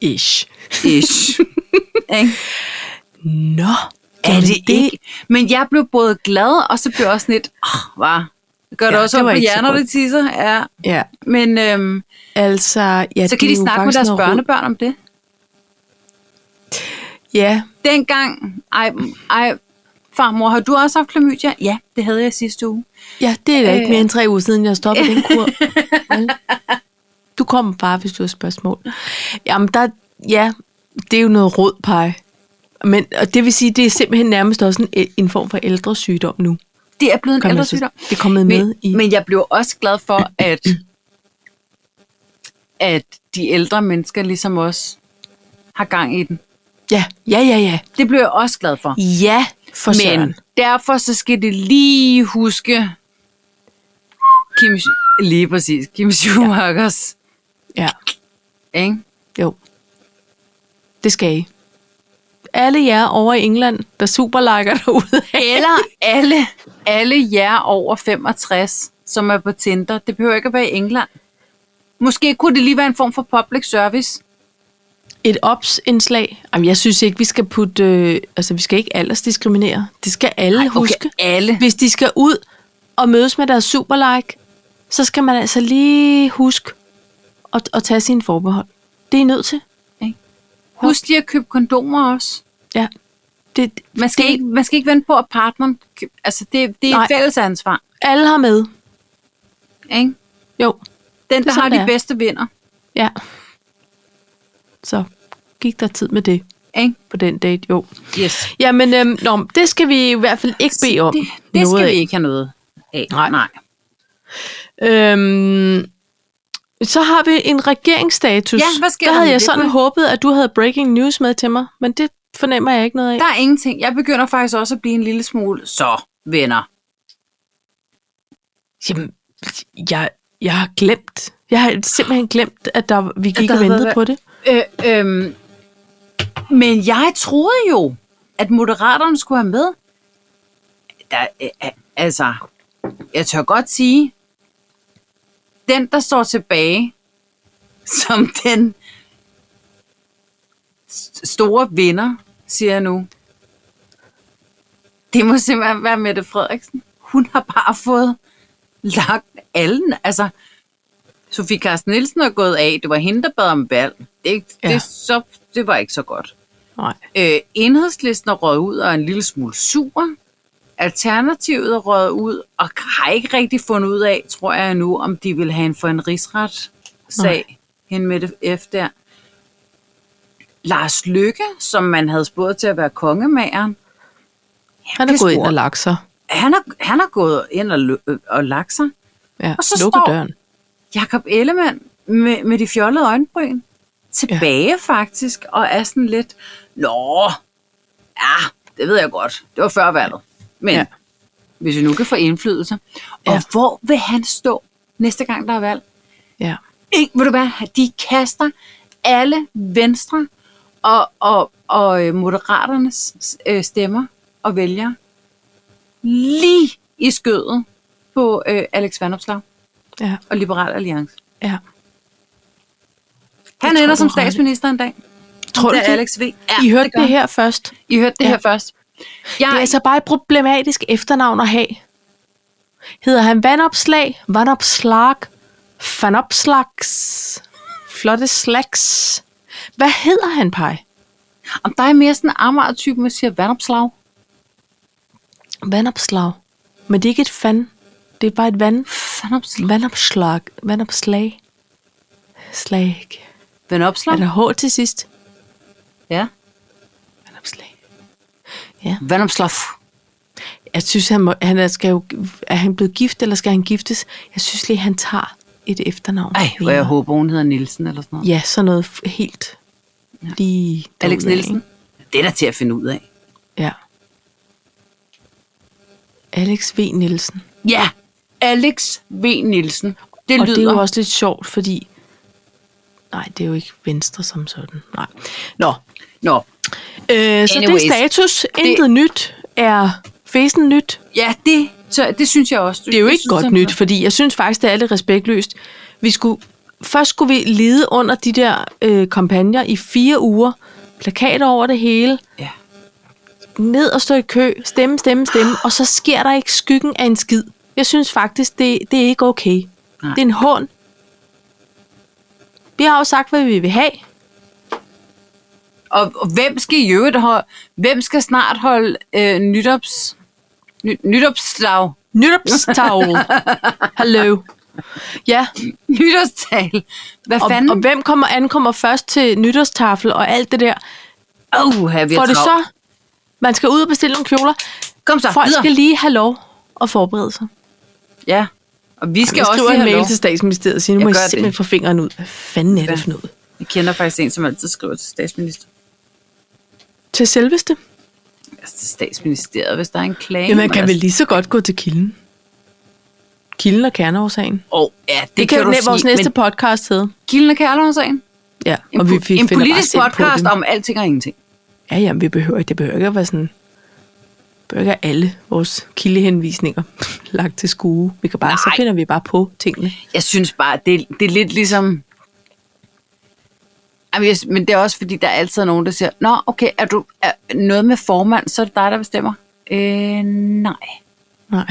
Speaker 2: Ish.
Speaker 1: Ish. Ikke?
Speaker 2: Nå.
Speaker 1: er det ikke? Men jeg blev både glad, og så blev jeg også lidt, åh, var. Gør det
Speaker 2: Ja,
Speaker 1: også
Speaker 2: det
Speaker 1: om
Speaker 2: var
Speaker 1: på
Speaker 2: ikke så
Speaker 1: hjerner,
Speaker 2: godt."
Speaker 1: det tisser? Ja.
Speaker 2: Ja.
Speaker 1: Men øhm,
Speaker 2: Altså, ja,
Speaker 1: så kan
Speaker 2: det
Speaker 1: de
Speaker 2: er jo
Speaker 1: snakke med
Speaker 2: faktisk
Speaker 1: deres
Speaker 2: noget rod.
Speaker 1: børnebørn om det.
Speaker 2: Ja,
Speaker 1: Dengang, ej, ej, farmor, har du også haft klamydia? Ja, det havde jeg sidste uge.
Speaker 2: ja, det er da ikke
Speaker 1: Øh.
Speaker 2: mere end tre uger siden, jeg stoppede den kur. Vel? Du kommer bare, hvis du har spørgsmål. Jamen, der, ja, det er jo noget rød pege. Men, og det vil sige, det er simpelthen nærmest også en, æ- en form for ældre sygdom nu.
Speaker 1: Det er blevet en
Speaker 2: Kan man
Speaker 1: ældre
Speaker 2: så-
Speaker 1: sygdom.
Speaker 2: det er kommet
Speaker 1: men,
Speaker 2: med i-
Speaker 1: Men jeg blev også glad for, at, at de ældre mennesker ligesom os har gang i den.
Speaker 2: Ja, ja, ja, ja.
Speaker 1: Det blev jeg også glad for.
Speaker 2: Ja, for Men. søren.
Speaker 1: Men derfor så skal det lige huske Kim, lige præcis, Kim Schumachers,
Speaker 2: Ja,
Speaker 1: ja. ikke?
Speaker 2: jo. Det skal I. Alle jer over i England, der superliker derude.
Speaker 1: Eller alle, alle jer over 65, som er på Tinder. Det behøver ikke at være i England. Måske kunne det lige være en form for public service.
Speaker 2: Et ops-indslag. Jamen, jeg synes ikke, vi skal putte... Øh, altså, vi skal ikke aldersdiskriminere. Det skal alle Ej, okay. huske.
Speaker 1: alle.
Speaker 2: Hvis de skal ud og mødes med deres superlike, så skal man altså lige huske at, at tage sine forbehold. Det er I nødt til.
Speaker 1: Husk lige at købe kondomer også.
Speaker 2: Ja. Det,
Speaker 1: Man skal,
Speaker 2: det,
Speaker 1: ikke, man skal ikke vente på, at partneren... køb- Altså, det, det er
Speaker 2: Nej.
Speaker 1: et fælles ansvar.
Speaker 2: Alle har med.
Speaker 1: Ikke?
Speaker 2: Jo.
Speaker 1: Den, der
Speaker 2: sådan,
Speaker 1: har
Speaker 2: det
Speaker 1: de
Speaker 2: er.
Speaker 1: bedste vinder.
Speaker 2: Ja. Så gik der tid med det
Speaker 1: Ikke?
Speaker 2: på den date, jo.
Speaker 1: Yes.
Speaker 2: Jamen, øhm, nå, det skal vi i hvert fald ikke bede om.
Speaker 1: Altså, Det, det
Speaker 2: noget
Speaker 1: skal vi
Speaker 2: af.
Speaker 1: ikke have noget af.
Speaker 2: Nej.
Speaker 1: Nej.
Speaker 2: Øhm, så har vi en regeringsstatus.
Speaker 1: Ja, hvad sker
Speaker 2: der
Speaker 1: der
Speaker 2: havde
Speaker 1: med
Speaker 2: jeg
Speaker 1: det,
Speaker 2: sådan
Speaker 1: Britt?
Speaker 2: håbet, at du havde breaking news med til mig, men det fornemmer jeg ikke noget af.
Speaker 1: Der er ingenting. Jeg begynder faktisk også at blive en lille smule så venner.
Speaker 2: Jamen, jeg, jeg har glemt. Jeg har simpelthen glemt, at der, vi gik
Speaker 1: der
Speaker 2: og
Speaker 1: havde
Speaker 2: ventede
Speaker 1: været-
Speaker 2: på det.
Speaker 1: Øh, øhm, men jeg troede jo, at moderaterne skulle have med. Der, øh, øh, altså, jeg tør godt sige, den, der står tilbage, som den s- store vinder, siger jeg nu, det må simpelthen være Mette Frederiksen. Hun har bare fået lagt allen. Altså, Sofie Carsten Nielsen er gået af. Det var hende, der bad om valg. Det, ja.
Speaker 2: Ja.
Speaker 1: det, så, det var ikke så godt.
Speaker 2: Nej.
Speaker 1: Øh, enhedslisten er røget ud og er en lille smule sur. Alternativet er røget ud og har ikke rigtig fundet ud af, tror jeg nu, om de vil have en for en rigsret sag hen med det F der. Lars Lykke, som man havde spurgt til at være kongemageren,
Speaker 2: Han er
Speaker 1: det
Speaker 2: gået ind
Speaker 1: spor.
Speaker 2: og lagt sig.
Speaker 1: han er, han er gået ind og, lø- øh, og lagt sig.
Speaker 2: Ja,
Speaker 1: Og så
Speaker 2: lukker
Speaker 1: står-
Speaker 2: døren.
Speaker 1: Jakob Ellemann med, med de fjollede øjenbryn tilbage ja. faktisk, og er sådan lidt, nå, ja, det ved jeg godt, det var før valget, men
Speaker 2: Ja.
Speaker 1: ja. hvis vi nu kan få indflydelse, og
Speaker 2: Ja.
Speaker 1: hvor vil han stå næste gang, der er valg?
Speaker 2: Ja.
Speaker 1: Ikke, ved du hvad, de kaster alle venstre og, og, og øh, moderaternes øh, stemmer og vælgere lige i skødet på øh, Alex Vandopslag
Speaker 2: Ja.
Speaker 1: og Liberal Alliance.
Speaker 2: Ja.
Speaker 1: Han
Speaker 2: tror
Speaker 1: ender
Speaker 2: du
Speaker 1: som
Speaker 2: har ret i.
Speaker 1: statsminister en dag.
Speaker 2: Tror du,
Speaker 1: det er
Speaker 2: det?
Speaker 1: Alex V. Ja,
Speaker 2: I hørte
Speaker 1: gør
Speaker 2: det
Speaker 1: han.
Speaker 2: her først.
Speaker 1: I hørte det
Speaker 2: Ja.
Speaker 1: her først. Jeg,
Speaker 2: Det er altså bare et problematisk efternavn at have. Hedder han Vandopslag, Vandopslag, Fanopslags, Flotte Slags. Hvad hedder han, Pej?
Speaker 1: om der er mere sådan en Amager-type, man siger vandopslag.
Speaker 2: Vandopslag. Men det er ikke et fan. Det er bare et vand.
Speaker 1: Vandopslag.
Speaker 2: Vandopslag. Vandopslag. Slag. Er
Speaker 1: Vandopslag?
Speaker 2: der H til sidst?
Speaker 1: Ja.
Speaker 2: Vandopslag.
Speaker 1: Vandopslag.
Speaker 2: Jeg synes, han, må, han er, skal jo, er han blevet gift, eller skal han giftes? Jeg synes lige, han tager et efternavn.
Speaker 1: Ej, hvor jeg
Speaker 2: mere.
Speaker 1: håber, hun hedder Nielsen eller sådan noget.
Speaker 2: Ja, sådan noget f- helt lige
Speaker 1: Ja. Alex
Speaker 2: derudad,
Speaker 1: Nielsen.
Speaker 2: ikke?
Speaker 1: Det er der til at finde ud af.
Speaker 2: Ja. Alex V. Nielsen.
Speaker 1: Ja, Alex V. Nielsen. Det
Speaker 2: Og
Speaker 1: lyder...
Speaker 2: det er jo også lidt sjovt, fordi... Nej, det er jo ikke venstre som sådan. Nej. Nå,
Speaker 1: Nå,
Speaker 2: øh, så det
Speaker 1: Anyways.
Speaker 2: er status. Intet nyt er fesen nyt.
Speaker 1: ja, det, så, det synes jeg også.
Speaker 2: Det er jo ikke godt nyt, fordi jeg synes faktisk, det er lidt respektløst. Vi skulle, først skulle vi lide under de der øh, kampagner i fire uger. Plakater over det hele.
Speaker 1: Ja.
Speaker 2: ned og stå i kø, stemme, stemme, stemme, og så sker der ikke skyggen af en skid. Jeg synes faktisk, det, det er ikke okay. Nej.
Speaker 1: Nej.
Speaker 2: Det er en hån. Vi har jo sagt, hvad vi vil have.
Speaker 1: Og, og hvem skal i øvrigt holde, hvem skal snart holde øh, nytops, ny, nytopslag,
Speaker 2: Nytopstavl. Hallo. Ja,
Speaker 1: nytårstal? Hvad
Speaker 2: og,
Speaker 1: fanden?
Speaker 2: og hvem kommer, ankommer først til nytårstafel og alt det der?
Speaker 1: Åh, her vi
Speaker 2: Får
Speaker 1: har
Speaker 2: det
Speaker 1: travlt.
Speaker 2: så? Man skal ud og bestille nogle kjoler.
Speaker 1: Kom så,
Speaker 2: Folk
Speaker 1: videre.
Speaker 2: skal lige have lov at forberede sig.
Speaker 1: Ja, og vi skal
Speaker 2: Jeg
Speaker 1: også
Speaker 2: skriver
Speaker 1: lige
Speaker 2: en
Speaker 1: have
Speaker 2: mail
Speaker 1: lov.
Speaker 2: til statsministeriet og siger, nu
Speaker 1: Jeg
Speaker 2: må I
Speaker 1: gør det.
Speaker 2: simpelthen få fingeren ud. Hvad fanden er
Speaker 1: Ja.
Speaker 2: det for noget?
Speaker 1: Jeg kender faktisk en, som altid skriver til statsminister.
Speaker 2: Til selveste?
Speaker 1: Altså til statsministeriet, hvis der er en klage.
Speaker 2: Ja, man kan
Speaker 1: men
Speaker 2: vel
Speaker 1: altså-
Speaker 2: lige så godt gå til kilden. Kilden og kerneårsagen. Det,
Speaker 1: Åh, ja, det,
Speaker 2: det kan, kan
Speaker 1: du
Speaker 2: jo
Speaker 1: sige.
Speaker 2: vores næste
Speaker 1: Men
Speaker 2: podcast hedde.
Speaker 1: Kilden og Kærlund-sagen.
Speaker 2: Ja,
Speaker 1: En,
Speaker 2: og vi,
Speaker 1: po-
Speaker 2: vi
Speaker 1: en
Speaker 2: finder bare
Speaker 1: politisk
Speaker 2: selv på
Speaker 1: podcast
Speaker 2: dem.
Speaker 1: om alting og ingenting.
Speaker 2: Ja, jamen, vi behøver ikke. Det behøver ikke at være sådan... Behøver ikke at have alle vores kildehenvisninger lagt til skue. Vi kan bare, så
Speaker 1: Nej.
Speaker 2: finder vi bare på tingene.
Speaker 1: Jeg synes bare, det, det er lidt ligesom... Jamen, jeg, men det er også, fordi der er altid nogen, der siger, Nå, okay, er du er noget med formand, så er det dig, der bestemmer. Øh, nej.
Speaker 2: Nej,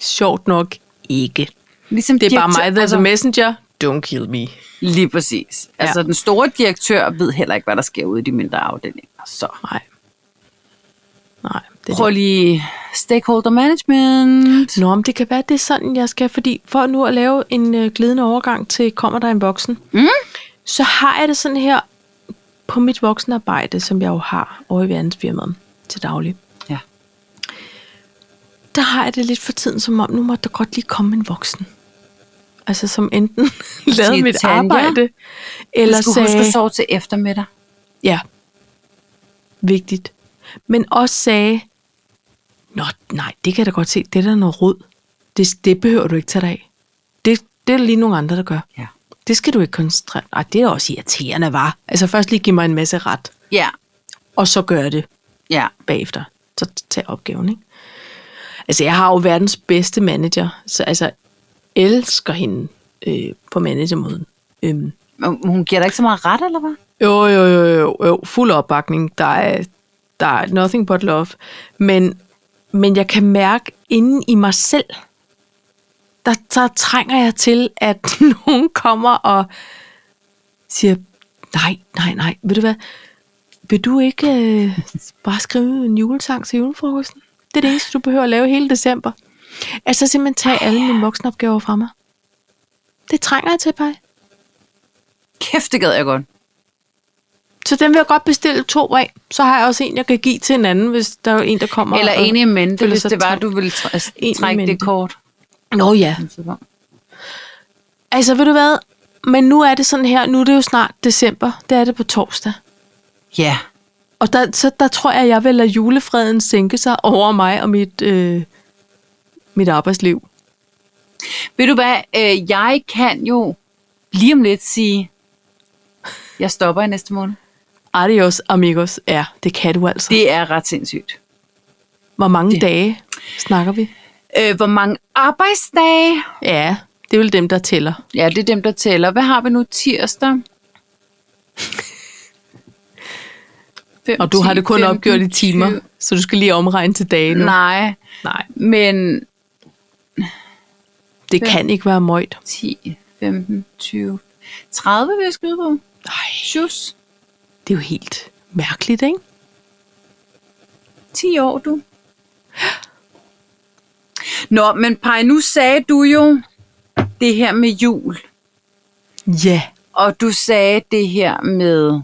Speaker 2: sjovt nok ikke.
Speaker 1: Ligesom
Speaker 2: Det er bare
Speaker 1: direktør-
Speaker 2: mig, there's a messenger. Don't kill me.
Speaker 1: Lige præcis. Altså, ja.
Speaker 2: Ja.
Speaker 1: den store direktør ved heller ikke, hvad der sker ude i de mindre afdelinger. Så
Speaker 2: Nej. Nej, det er
Speaker 1: prøv lige stakeholder management.
Speaker 2: Nå, men det kan være, det er sådan, jeg skal, fordi for nu at lave en øh, glidende overgang til Kommer der en voksen, mm. så har jeg det sådan her på mit voksenarbejde, som jeg jo har over i verdensfirmaet til daglig.
Speaker 1: Ja.
Speaker 2: Der har jeg det lidt for tiden, som om nu måtte der godt lige komme en voksen. Altså som enten lavede
Speaker 1: Sige,
Speaker 2: mit
Speaker 1: Tanja,
Speaker 2: arbejde, eller
Speaker 1: Eller du skulle huske
Speaker 2: sagde,
Speaker 1: at sove til eftermiddag.
Speaker 2: ja, vigtigt. Men også sagde, Nå, nej, det kan jeg da godt se. Det er da noget rod. Det, det behøver du ikke tage dig af. Det, det er der lige nogle andre, der gør.
Speaker 1: Ja.
Speaker 2: Det skal du ikke koncentrere. Ej, det er også irriterende, var. Altså først lige give mig en masse ret,
Speaker 1: Ja,
Speaker 2: og så gør jeg det
Speaker 1: ja.
Speaker 2: bagefter. Så tag opgaven, ikke? Altså, jeg har jo verdens bedste manager, så altså, elsker hende øh, på managermåden. Øhm,
Speaker 1: Men Hun giver dig ikke så meget ret, eller hvad?
Speaker 2: jo, jo, jo, jo, jo, fuld opbakning. Der er, der er nothing but love. Men, men jeg kan mærke inden i mig selv, der, der trænger jeg til, at nogen kommer og siger, nej, nej, nej, ved du hvad, vil du ikke øh, bare skrive en julesang til julefrokosten? Det er det eneste, du behøver at lave hele december. Altså simpelthen tage alle mine voksenopgaver fra mig. Det trænger jeg til, Paj.
Speaker 1: Kæft, det gad jeg godt.
Speaker 2: Så den vil jeg godt bestille to af. Så har jeg også en, jeg kan give til en anden, hvis der er en, der kommer.
Speaker 1: Eller
Speaker 2: og-
Speaker 1: en i mente,
Speaker 2: føler
Speaker 1: hvis
Speaker 2: sig
Speaker 1: det var,
Speaker 2: trængt.
Speaker 1: du ville træ-
Speaker 2: En i
Speaker 1: trække det
Speaker 2: mente.
Speaker 1: kort.
Speaker 2: Nå ja. Altså, ved du hvad? Men nu er det sådan her. Nu er det jo snart december. Det er det på torsdag.
Speaker 1: Ja.
Speaker 2: Og der, så der tror jeg, jeg vil lade julefreden sænke sig over mig og mit, øh, mit arbejdsliv.
Speaker 1: Ved du hvad, øh, jeg kan jo lige om lidt sige, jeg stopper i næste måned.
Speaker 2: Adios, amigos. Ja, det kan du altså. Det,
Speaker 1: Det er ret sindssygt.
Speaker 2: Hvor mange
Speaker 1: det-
Speaker 2: det. dage snakker vi?
Speaker 1: Øh, hvor mange arbejdsdage?
Speaker 2: Ja, det er vel dem, der tæller.
Speaker 1: Ja, det er dem, der tæller. Hvad har vi nu tirsdag? Fem,
Speaker 2: Og du har
Speaker 1: ti,
Speaker 2: det kun
Speaker 1: 15,
Speaker 2: opgjort i timer,
Speaker 1: 20.
Speaker 2: så du skal lige omregne til dage nu.
Speaker 1: Nej,
Speaker 2: Nej,
Speaker 1: men
Speaker 2: det kan ikke være møjt.
Speaker 1: 10, 15, 20, 30 vil jeg skyde på.
Speaker 2: Nej.
Speaker 1: Tjus,
Speaker 2: Det er jo helt mærkeligt, ikke?
Speaker 1: 10 år du. Nå, men Paj, nu sagde du jo det her med jul,
Speaker 2: Ja.
Speaker 1: og du sagde det her med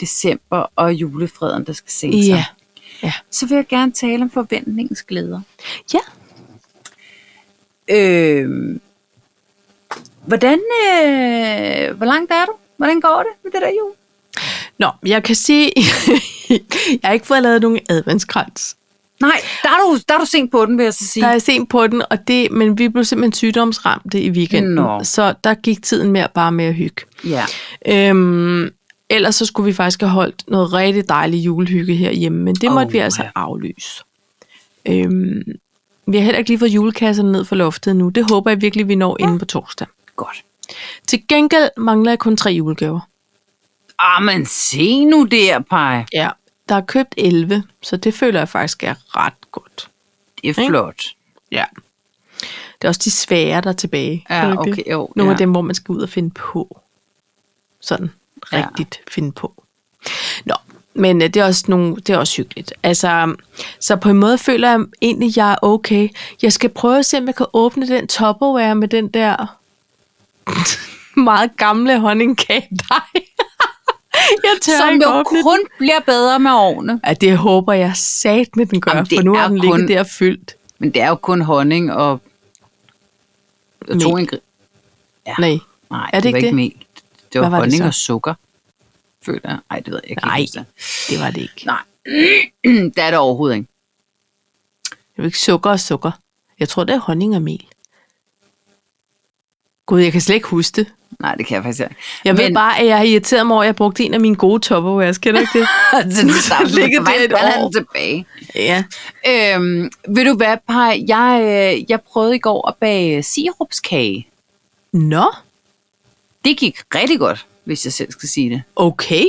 Speaker 1: december og julefreden, der skal sænke sig.
Speaker 2: Ja.
Speaker 1: Så vil jeg gerne tale om forventningens glæder.
Speaker 2: Ja.
Speaker 1: Øh, hvordan, øh, hvor langt er du? Hvordan går det med det der jul?
Speaker 2: Nå, jeg kan sige, jeg har ikke fået lavet nogen adventskrans.
Speaker 1: Nej, der er du, der er du sent på den, vil jeg så sige.
Speaker 2: Der er sent på den, og det, men vi blev simpelthen sygdomsramte i weekenden.
Speaker 1: Nå.
Speaker 2: Så der gik tiden mere bare med at hygge.
Speaker 1: Ja.
Speaker 2: Øhm, ellers så skulle vi faktisk have holdt noget rigtig dejligt julehygge herhjemme, men det måtte vi
Speaker 1: Åh,
Speaker 2: altså
Speaker 1: ja.
Speaker 2: aflyse. Øhm, vi har heller ikke lige fået julekasserne ned for loftet nu. Det håber jeg virkelig, vi når inden på torsdag.
Speaker 1: Godt.
Speaker 2: Til gengæld mangler jeg kun tre julegaver.
Speaker 1: Ah, men se nu der, Paj.
Speaker 2: Ja, der er købt 11, så det føler jeg faktisk er ret godt.
Speaker 1: Det er flot.
Speaker 2: Ja. Det er også de svære, der er tilbage.
Speaker 1: Ja,
Speaker 2: Tror du ikke det?
Speaker 1: okay, jo,
Speaker 2: Nogle
Speaker 1: ja.
Speaker 2: af dem, hvor man skal ud og finde på. Sådan
Speaker 1: Ja.
Speaker 2: rigtigt ja. finde på. Nå, men øh, det er, også nogle, det er også hyggeligt. Altså, så på en måde føler jeg egentlig, jeg er okay. Jeg skal prøve at se, om jeg kan åbne den Tupperware med den der meget gamle honningkage dej. jeg tør
Speaker 1: Som
Speaker 2: ikke
Speaker 1: jo
Speaker 2: åbne
Speaker 1: kun bliver bedre med årene.
Speaker 2: Ja, det håber jeg sat med den gør,
Speaker 1: Jamen,
Speaker 2: Jamen,
Speaker 1: det
Speaker 2: for nu
Speaker 1: er
Speaker 2: har den ligget
Speaker 1: kun-
Speaker 2: der fyldt.
Speaker 1: Men det er jo kun honning og, og to ingre- Ja.
Speaker 2: Nej.
Speaker 1: Nej,
Speaker 2: Er det
Speaker 1: det var
Speaker 2: ikke
Speaker 1: ikke mel. Det var,
Speaker 2: Hvad var det
Speaker 1: honning
Speaker 2: så?
Speaker 1: og sukker, føler jeg. Nej, det ved jeg ikke.
Speaker 2: Nej,
Speaker 1: helt huske
Speaker 2: det var det ikke.
Speaker 1: Nej. det er det overhovedet ikke.
Speaker 2: Det var ikke sukker og sukker. Jeg tror, det er honning og mel. Gud, jeg kan slet ikke huske det.
Speaker 1: Nej, det kan jeg faktisk ikke.
Speaker 2: Jeg Men... ved
Speaker 1: Men-
Speaker 2: bare, at jeg har irriteret mig over, at jeg brugte en af mine gode topper, hvor jeg skal ikke det.
Speaker 1: den samme,
Speaker 2: ligger
Speaker 1: så
Speaker 2: det et
Speaker 1: vandt han
Speaker 2: år.
Speaker 1: tilbage.
Speaker 2: ja.
Speaker 1: Øhm, ved du hvad, Paj? Jeg, øh, jeg prøvede i går at bage sirupskage.
Speaker 2: Nå,
Speaker 1: Det gik rigtig godt, hvis jeg selv skal sige det.
Speaker 2: okay.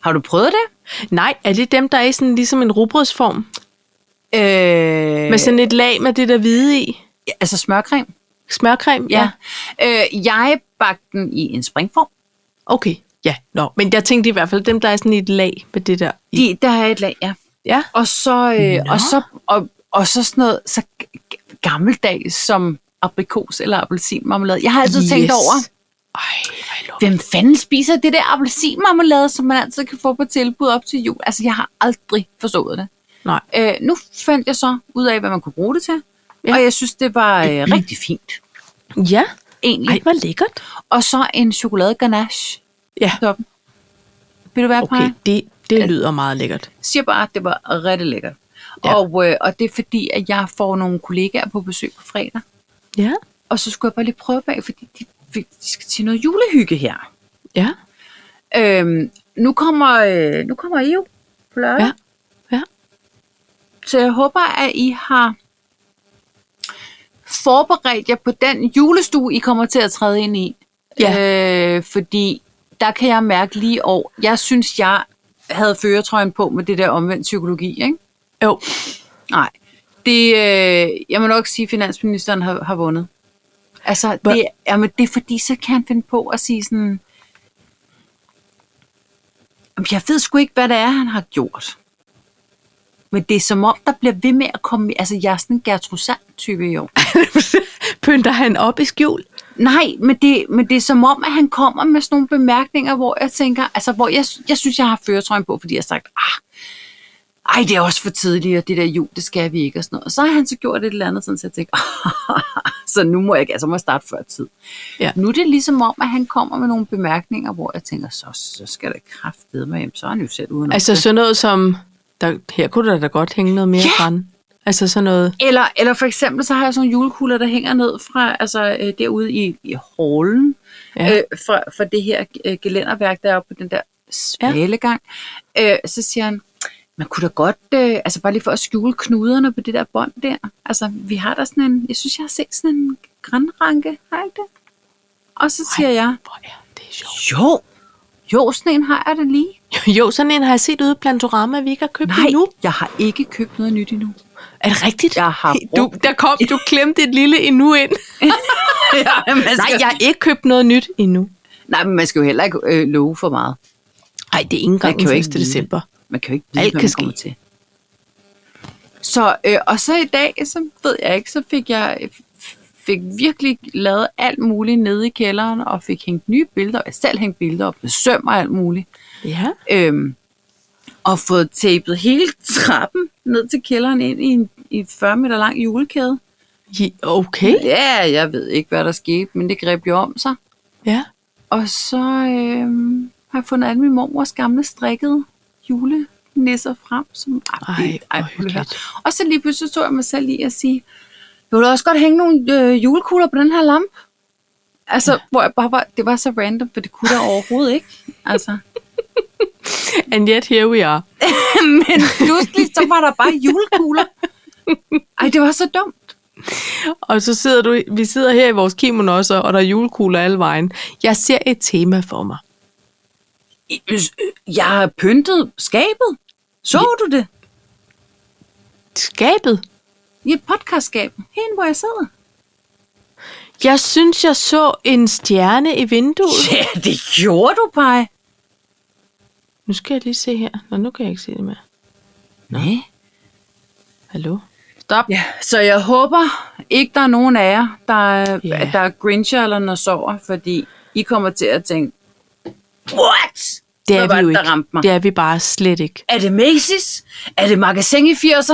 Speaker 1: Har du prøvet det?
Speaker 2: Nej, er det dem, der er i sådan ligesom en rugbrødsform?
Speaker 1: Øh,
Speaker 2: Med sådan et lag med det der hvide i?
Speaker 1: ja, altså smørcreme?
Speaker 2: Smørcreme?
Speaker 1: Ja. ja. Øh, jeg bagte den i en springform.
Speaker 2: Okay, ja. Nå, men jeg tænkte i hvert fald, dem, der er sådan et lag med det der i.
Speaker 1: De, der har jeg et lag, ja.
Speaker 2: Ja.
Speaker 1: Og så, øh,
Speaker 2: Nå.
Speaker 1: og så, og, og så sådan noget så g- g- gammeldags som aprikos eller appelsinmarmelade. Jeg har altid yes. tænkt over,
Speaker 2: Ej, hvor er lort.
Speaker 1: hvem fanden spiser det der appelsinmarmelade, som man altid kan få på tilbud op til jul? Altså, jeg har aldrig forstået det.
Speaker 2: Nej.
Speaker 1: Øh, nu fandt jeg så ud af, hvad man kunne bruge det til, ja.
Speaker 2: Ja.
Speaker 1: og jeg synes, det var øh, rigtig fint,
Speaker 2: Ja.
Speaker 1: egentlig.
Speaker 2: Ej,
Speaker 1: Ej.
Speaker 2: hvor lækkert.
Speaker 1: Og så en chokoladeganache
Speaker 2: Ja.
Speaker 1: på toppen. Vil du være okay.
Speaker 2: Okay, det, Det lyder meget lækkert.
Speaker 1: siger bare, at det var rigtig lækkert.
Speaker 2: Ja.
Speaker 1: Ja. Og, øh, og det er fordi, at jeg får nogle kollegaer på besøg på fredag,
Speaker 2: Ja.
Speaker 1: og så skulle jeg bare lige prøve bag, fordi de, de skal til noget julehygge her.
Speaker 2: Ja.
Speaker 1: Øhm, nu, kommer, øh, nu kommer I jo på lørdag.
Speaker 2: Ja. Ja.
Speaker 1: Så jeg håber, at I har forberedt jer på den julestue, I kommer til at træde ind i. Øh, fordi der kan jeg mærke lige over, jeg synes, jeg havde føretrøjen på med det der omvendt psykologi, ikke?
Speaker 2: Jo.
Speaker 1: Nej. Det, øh, jeg må nok sige, at finansministeren har, har vundet. Altså,
Speaker 2: Hvor-
Speaker 1: det, jamen, det er fordi, så kan han finde på at sige sådan, jamen, jeg ved sgu ikke, hvad det er, han har gjort. Men det er som om, der bliver ved med at komme... Altså, jeg er sådan en Gertrud Sand-type i år.
Speaker 2: Pynter han op i skjul?
Speaker 1: Nej, men det, men det er som om, at han kommer med sådan nogle bemærkninger, hvor jeg tænker, altså hvor jeg, jeg synes, jeg har føretrøjen på, fordi jeg har sagt, ah, ej, det er også for tidligt, og det der jul, det skal vi ikke, og sådan noget. Og så har han så gjort et eller andet, sådan, så jeg tænker, så nu må jeg ikke, altså må jeg starte før tid.
Speaker 2: Ja.
Speaker 1: Nu er det ligesom om, at han kommer med nogle bemærkninger, hvor jeg tænker, så, så skal der kraftedeme med hjem, så er han jo selv uden
Speaker 2: Altså sådan noget som, der, her kunne der da godt hænge noget mere
Speaker 1: Ja.
Speaker 2: brand. Altså sådan noget,
Speaker 1: Eller, eller for eksempel, så har jeg sådan nogle julekugler, der hænger ned fra, altså øh, derude i, i hallen,
Speaker 2: Ja.
Speaker 1: ja. øh, fra, fra det her øh, gelænderværk, der er oppe på den der svalegang. Ja. Øh, så siger han, man kunne da godt, øh, altså bare lige for at skjule knuderne på det der bånd der. Altså, vi har der sådan en, jeg synes, jeg har set sådan en grænranke, har jeg ikke det? Og så siger jeg,
Speaker 2: hvor er det sjovt.
Speaker 1: jo, jo, sådan en har jeg da lige.
Speaker 2: Jo, sådan en har jeg set ude i Plantorama, vi ikke har købt
Speaker 1: Nej,
Speaker 2: endnu.
Speaker 1: jeg har ikke købt noget nyt endnu.
Speaker 2: Er det rigtigt?
Speaker 1: Jeg har
Speaker 2: du,
Speaker 1: brugt-
Speaker 2: der kom, du klemte et lille endnu ind. Altså,
Speaker 1: ja, man skal,
Speaker 2: Nej, jeg har ikke købt noget nyt endnu.
Speaker 1: nej, men man skal jo heller ikke øh, love for meget.
Speaker 2: Nej, det er ikke engang
Speaker 1: Man kan
Speaker 2: den
Speaker 1: jo
Speaker 2: 1.
Speaker 1: ikke vide.
Speaker 2: december.
Speaker 1: Man kan jo ikke vide,
Speaker 2: Alt
Speaker 1: Alt hvad
Speaker 2: kan
Speaker 1: man
Speaker 2: ske.
Speaker 1: kommer til. Så, øh, og så i dag, så ved jeg ikke, så fik jeg f- fik virkelig lavet alt muligt nede i kælderen, og fik hængt nye billeder, jeg selv hængte billeder op med søm og alt muligt,
Speaker 2: Ja.
Speaker 1: øhm, og fået tapet hele trappen ned til kælderen ind i en i en 40 meter lang julekæde.
Speaker 2: Je- Okay.
Speaker 1: Ja, jeg ved ikke, hvad der skete, men det greb jo om sig.
Speaker 2: Ja.
Speaker 1: Og så øhm, har jeg fundet alle min mormors gamle strikkede julenisser frem. Som,
Speaker 2: Ej,
Speaker 1: det-
Speaker 2: hvor
Speaker 1: prøv lige at
Speaker 2: hyggeligt.
Speaker 1: høre. Og så lige pludselig tog jeg mig selv i at sige, vil du også godt hænge nogle øh, julekugler på den her lampe? Altså, ja. hvor jeg bare var, det var så random, for det kunne der overhovedet ikke. Altså.
Speaker 2: And yet here we are.
Speaker 1: Men pludselig, så var der bare julekugler. Ej, det var så dumt.
Speaker 2: Og så sidder du, vi sidder her i vores kimonosser, og der er julekugler alle vejen. Jeg ser et tema for mig.
Speaker 1: Jeg har pyntet skabet. Så du det?
Speaker 2: Skabet.
Speaker 1: I et podcastskab. Hen, hvor jeg sidder.
Speaker 2: Jeg synes, jeg så en stjerne i vinduet.
Speaker 1: Ja, det gjorde du, Paj.
Speaker 2: Nu skal jeg lige se her. Nå, nu kan jeg ikke se det mere.
Speaker 1: Nej.
Speaker 2: Hallo? Stop.
Speaker 1: Ja, så jeg håber ikke, der er nogen af jer, der,
Speaker 2: Ja.
Speaker 1: yeah. der er grincher eller når sover, fordi I kommer til at tænke, what?
Speaker 2: det
Speaker 1: Hvad
Speaker 2: er
Speaker 1: var
Speaker 2: vi jo
Speaker 1: det, der
Speaker 2: ikke.
Speaker 1: ramte mig?
Speaker 2: Det er vi bare slet ikke.
Speaker 1: Er det Macy's? Er det magasin i 80'erne?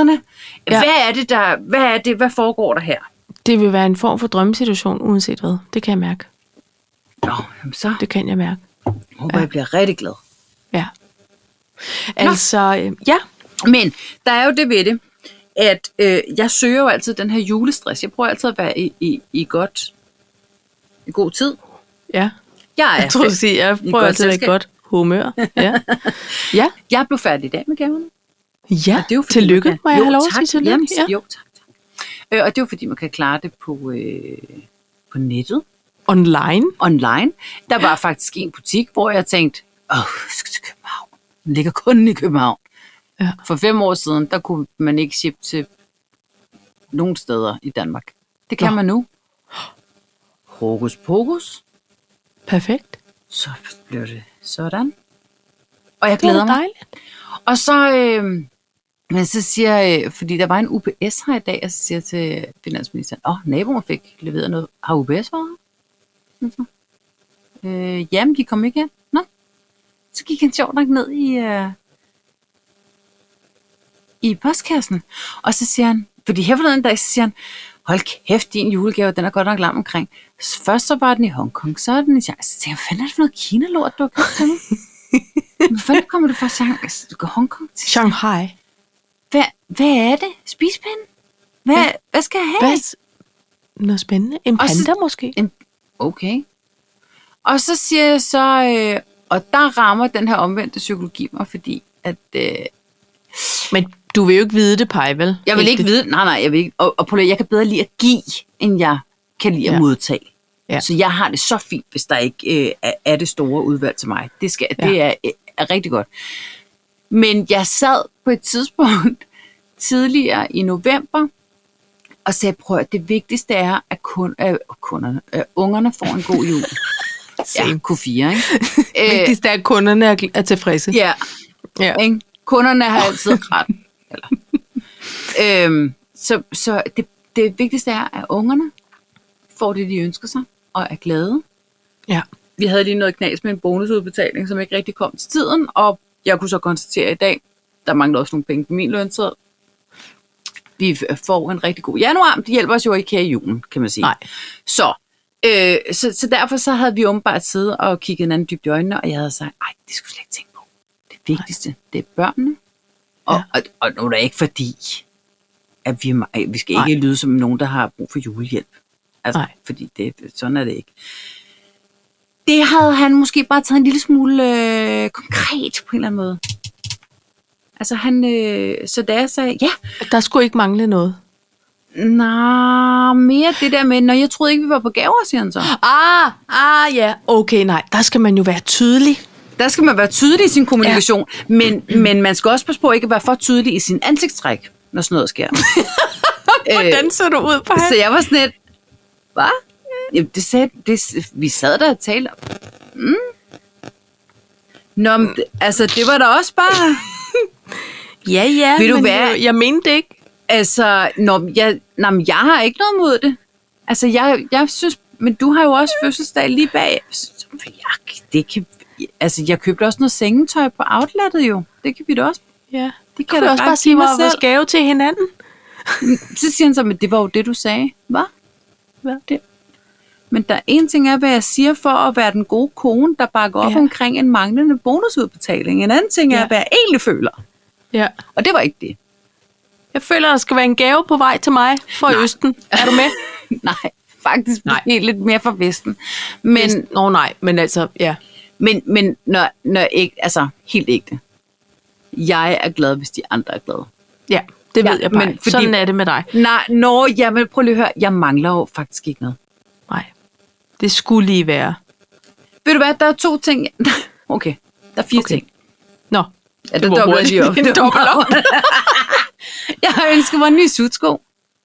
Speaker 2: Ja.
Speaker 1: Ja. Hvad er det, der, hvad er det, hvad foregår der her?
Speaker 2: Det vil være en form for drømmesituation, uanset hvad. Det kan jeg mærke.
Speaker 1: Nå, jamen så
Speaker 2: Det kan jeg mærke.
Speaker 1: håber jeg bliver rigtig glad.
Speaker 2: Ja. Altså, øh, ja.
Speaker 1: Men der er jo det ved det, at øh, jeg søger jo altid den her julestress. Jeg prøver altid at være i, i, i godt, i god tid.
Speaker 2: Ja.
Speaker 1: Jeg er,
Speaker 2: Jeg tror, du siger, jeg
Speaker 1: I
Speaker 2: prøver
Speaker 1: godt
Speaker 2: altid at være i
Speaker 1: selskab.
Speaker 2: godt humør. Ja. Ja.
Speaker 1: jeg blev færdig i dag med gaverne.
Speaker 2: ja.
Speaker 1: Og det er jo fordi,
Speaker 2: tillykke.
Speaker 1: man kan-
Speaker 2: Må jeg
Speaker 1: jo,
Speaker 2: have lov at
Speaker 1: tak.
Speaker 2: sige tillykke?
Speaker 1: Jamen,
Speaker 2: ja.
Speaker 1: ja. Jo, tak. tak. Øh, og det er jo fordi, man kan klare det på, øh, på nettet,
Speaker 2: Online.
Speaker 1: online. Der var faktisk en butik, hvor jeg tænkte, åh, jeg skal til København. Den ligger kun i København.
Speaker 2: Ja.
Speaker 1: For fem år siden, der kunne man ikke ship til nogen steder i Danmark. Det kan
Speaker 2: Nå.
Speaker 1: Nå. man nu. Hokus pokus.
Speaker 2: Perfekt.
Speaker 1: Så bliver det sådan. Og jeg
Speaker 2: Det
Speaker 1: glæder
Speaker 2: er
Speaker 1: mig.
Speaker 2: dejligt.
Speaker 1: Og så, øh, men så siger jeg, øh, fordi der var en UPS her i dag, og så siger jeg til finansministeren, åh, oh, naboen fik leveret noget. Har UPS været her? Sådan så. Øh, jamen, de kom ikke ind. Nå. Så gik han sjovt nok ned i, øh, i postkassen. Og så siger han, fordi her forleden dag, så siger han, hold kæft, din julegave, den er godt nok lam omkring. Først så var den i Hongkong, så er den i China. Så tænker jeg, hvad fanden er det for noget kinalort, du har købt til mig? Hvordan kommer du fra Shang- Hongkong til?
Speaker 2: Shanghai.
Speaker 1: Hvad, hvad er det? Spispinde? Hvad,
Speaker 2: Ja.
Speaker 1: hvad skal jeg have?
Speaker 2: Hvad? Noget spændende. En
Speaker 1: Og
Speaker 2: panda
Speaker 1: så-
Speaker 2: måske?
Speaker 1: Okay. Og så siger jeg så, øh, og der rammer den her omvendte psykologi mig, fordi at, øh,
Speaker 2: Men du vil jo ikke vide det, Paj, vel?
Speaker 1: jeg vil ikke
Speaker 2: det.
Speaker 1: vide, nej nej, jeg vil ikke, og, og prøv lige, jeg kan bedre lide at give, end jeg kan lide at
Speaker 2: Ja.
Speaker 1: ja. modtage.
Speaker 2: Ja.
Speaker 1: Ja. Så jeg har det så fint, hvis der ikke øh, er- er det store udvalg til mig. Det, skal, ja. det er, øh, er rigtig godt. Men jeg sad på et tidspunkt tidligere i november, og sagde, prøv at det vigtigste er, at kun, øh, kunderne, øh, ungerne får en god jul. Ja,
Speaker 2: Ja.
Speaker 1: Q4, ikke? Øh,
Speaker 2: Vigtigst er, at kunderne er, er tilfredse.
Speaker 1: ja,
Speaker 2: Ja.
Speaker 1: ikke? Kunderne har altid ret. Eller. Øhm, så så det, det vigtigste er, at ungerne får det, de ønsker sig, og er glade.
Speaker 2: ja.
Speaker 1: Vi havde lige noget knas med en bonusudbetaling, som ikke rigtig kom til tiden, og jeg kunne så konstatere i dag, der mangler også nogle penge på min lønseddel. Vi f- får en rigtig god januar, men det hjælper os jo ikke her i julen, kan man sige.
Speaker 2: Nej.
Speaker 1: Så, øh, så, så derfor så havde vi åbenbart siddet og kigget hinanden dybt i øjnene, og jeg havde sagt, nej, det skulle jeg slet ikke tænke på. Det vigtigste, det er børnene. Og,
Speaker 2: Ja.
Speaker 1: ja. og, og nu er det ikke fordi, at vi, er me- vi skal
Speaker 2: Nej.
Speaker 1: ikke lyde som nogen, der har brug for julehjælp. Altså,
Speaker 2: Nej.
Speaker 1: fordi det, sådan er det ikke. Det havde han måske bare taget en lille smule øh, konkret på en eller anden måde. Altså han, øh, så da jeg sagde, ja,
Speaker 2: Der skulle ikke mangle noget.
Speaker 1: nej, mere det der med, når jeg troede ikke, vi var på gaver, siger han så.
Speaker 2: Ah, ah ja. Okay, nej. Der skal man jo være tydelig.
Speaker 1: Der skal man være tydelig i sin kommunikation, ja. men, men man skal også passe på ikke at være for tydelig i sin ansigtstræk, når sådan noget sker. Øh,
Speaker 2: Hvordan ser du ud, Paj?
Speaker 1: Så jeg var sådan lidt, hvad? Jamen, det sagde, det, vi sad der og talte om. Mm. Nå, men, det- altså, det var da også bare...
Speaker 2: Ja, ja.
Speaker 1: Vil du
Speaker 2: men øh,
Speaker 1: være-
Speaker 2: Jeg, jeg mente det ikke.
Speaker 1: Altså, nå, men jeg, nå, men jeg har ikke noget mod det. Altså, jeg, jeg synes... Men du har jo også fødselsdag lige bag. Så- Jeg, det kan, altså, jeg købte også noget sengetøj på outlettet jo. Det kan vi da også
Speaker 2: Ja.
Speaker 1: Det
Speaker 2: Kan
Speaker 1: jeg
Speaker 2: du
Speaker 1: da
Speaker 2: også bare sige
Speaker 1: give
Speaker 2: vores vores gave til hinanden?
Speaker 1: Så siger han så, men det var jo det, du sagde. Hvad?
Speaker 2: Hvad?
Speaker 1: Det. Men der er en ting er, hvad jeg siger for at være den gode kone, der bakker op
Speaker 2: Ja.
Speaker 1: ja. omkring en manglende bonusudbetaling. En anden ting
Speaker 2: Ja.
Speaker 1: er, hvad jeg egentlig føler.
Speaker 2: Ja.
Speaker 1: Og det var ikke det.
Speaker 2: Jeg føler, der skal være en gave på vej til mig fra
Speaker 1: Nej.
Speaker 2: Østen. Er du med?
Speaker 1: Nej, faktisk
Speaker 2: Nej.
Speaker 1: Nej. lidt mere fra Vesten. Men,
Speaker 2: Men, Nå nej, men altså, ja.
Speaker 1: men, men når, når ikke, altså helt ægte. Jeg er glad, hvis de andre er glade.
Speaker 2: Ja, det
Speaker 1: Ja,
Speaker 2: ved jeg bare.
Speaker 1: men
Speaker 2: Fordi...
Speaker 1: fordi-
Speaker 2: Sådan er det med dig.
Speaker 1: Nej, nå, jamen prøv lige at høre. Jeg mangler jo faktisk ikke noget.
Speaker 2: Nej, det skulle lige være.
Speaker 1: Ved du hvad, der er to ting. Okay, der er fire
Speaker 2: Okay.
Speaker 1: okay. ting.
Speaker 2: Nå,
Speaker 1: Ja,
Speaker 2: Det
Speaker 1: det
Speaker 2: var
Speaker 1: dobbler
Speaker 2: hurtigt.
Speaker 1: de op.
Speaker 2: En
Speaker 1: Det var
Speaker 2: dobbelt op.
Speaker 1: meget. jeg har ønsket mig en ny sutsko.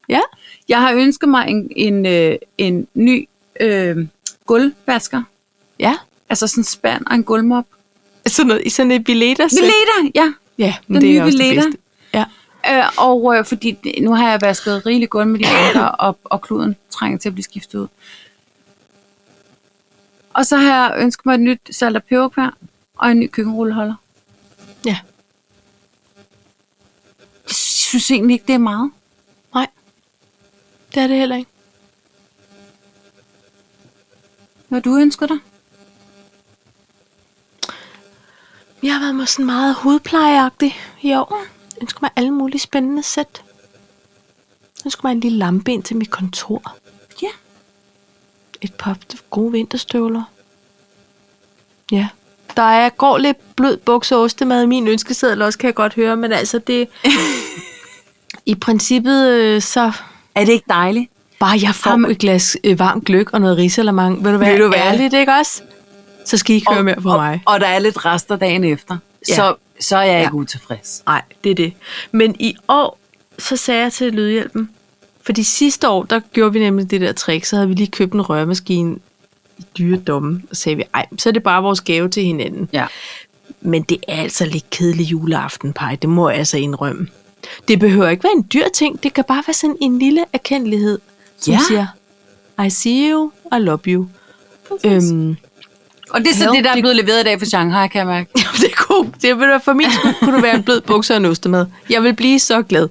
Speaker 2: ja.
Speaker 1: Jeg har ønsket mig en, en, øh, en ny øh, gulvvasker.
Speaker 2: Ja,
Speaker 1: Altså sådan en spand og en gulvmop.
Speaker 2: sådan noget, i sådan et billetter.
Speaker 1: Veleda, ja.
Speaker 2: Ja, men
Speaker 1: Den
Speaker 2: det
Speaker 1: nye
Speaker 2: er også
Speaker 1: Veleda.
Speaker 2: det bedste. Ja.
Speaker 1: Øh, og øh, fordi det- nu har jeg vasket rigeligt gulv med de andre, og, og kluden trænger til at blive skiftet ud. Og så har jeg ønsket mig et nyt salt og peberkvær og en ny køkkenrulleholder.
Speaker 2: ja,
Speaker 1: Jeg synes egentlig ikke, det er meget.
Speaker 2: nej. Det er det heller ikke.
Speaker 1: Hvad du ønsker dig?
Speaker 2: Jeg har været med sådan meget hudplejeagtig i år. Jeg ønsker mig alle mulige spændende sæt. Jeg ønsker mig en lille lampe ind til mit kontor.
Speaker 1: Ja.
Speaker 2: Et par gode vinterstøvler. Ja. Der er, går lidt blød buks og ostemad i min ønskeseddel også, kan jeg godt høre. Men altså det... I princippet øh, så...
Speaker 1: Er det ikke dejligt?
Speaker 2: Bare jeg får
Speaker 1: Jamen-
Speaker 2: et glas øh, varmt gløk og noget risalamang. Vil du være,
Speaker 1: Vil du være?
Speaker 2: ærligt, ikke også? Så skal I ikke høre mere på
Speaker 1: og,
Speaker 2: mig.
Speaker 1: Og, og der er lidt rester dagen efter.
Speaker 2: Ja.
Speaker 1: Ja. Så, så er jeg ikke
Speaker 2: Ja.
Speaker 1: ja. utilfreds.
Speaker 2: Nej, det er det. Men i år, så sagde jeg til Lydhjælpen, fordi sidste år, der gjorde vi nemlig det der trick, så havde vi lige købt en rørmaskine i dyre domme, og sagde vi, ej, så er det bare vores gave til hinanden.
Speaker 1: Ja.
Speaker 2: Men det er altså lidt kedelig juleaften, Paj. Det må jeg altså indrømme. Det behøver ikke være en dyr ting. Det kan bare være sådan en lille erkendelighed, som
Speaker 1: Ja.
Speaker 2: siger, I see you, I love you. Øhm,
Speaker 1: Og det er så
Speaker 2: Jo,
Speaker 1: det, der er
Speaker 2: det-
Speaker 1: blevet leveret i dag fra Shanghai, kan jeg mærke.
Speaker 2: Jamen, det kunne, det ville, for min skyld kunne det være en blød bukser og en ostemad. Jeg vil blive så glad.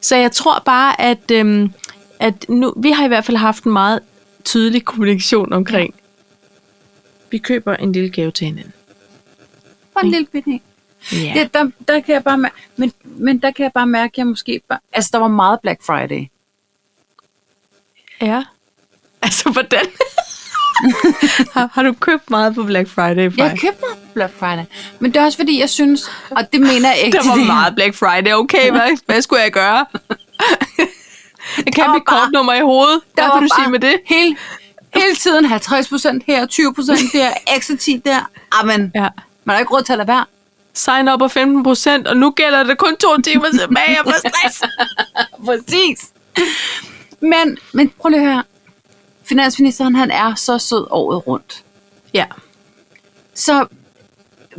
Speaker 2: Så jeg tror bare, at, øhm, at nu, vi har i hvert fald haft en meget tydelig kommunikation omkring, vi køber en lille gave til hinanden.
Speaker 1: Hvor bare en lille bitte en.
Speaker 2: Ja.
Speaker 1: Ja, der, der kan jeg bare mærke, men, men der kan jeg bare mærke, at jeg måske bare... Altså, der var meget Black Friday.
Speaker 2: ja. Altså, hvordan? har, har du købt meget på Black Friday? Frej?
Speaker 1: Jeg købte mig Black Friday. Men det er også fordi, jeg synes, og det mener jeg ikke.
Speaker 2: Der var meget Black Friday. Okay, hvad, hvad skulle jeg gøre? Jeg kan
Speaker 1: var
Speaker 2: mit
Speaker 1: bare-
Speaker 2: kortnummer i hovedet.
Speaker 1: Der
Speaker 2: Hvad
Speaker 1: var
Speaker 2: vil du
Speaker 1: bare
Speaker 2: sige med det?
Speaker 1: Hele, hele tiden 50% her, 20% der, ekstra 10 der. Amen.
Speaker 2: Ja.
Speaker 1: Man har ikke råd til at lade være.
Speaker 2: Sign up på 15 procent, og nu gælder det kun to timer tilbage. Jeg får stress.
Speaker 1: Præcis. Men, men prøv lige at høre. Finansministeren, han er så sød året rundt.
Speaker 2: Ja.
Speaker 1: Så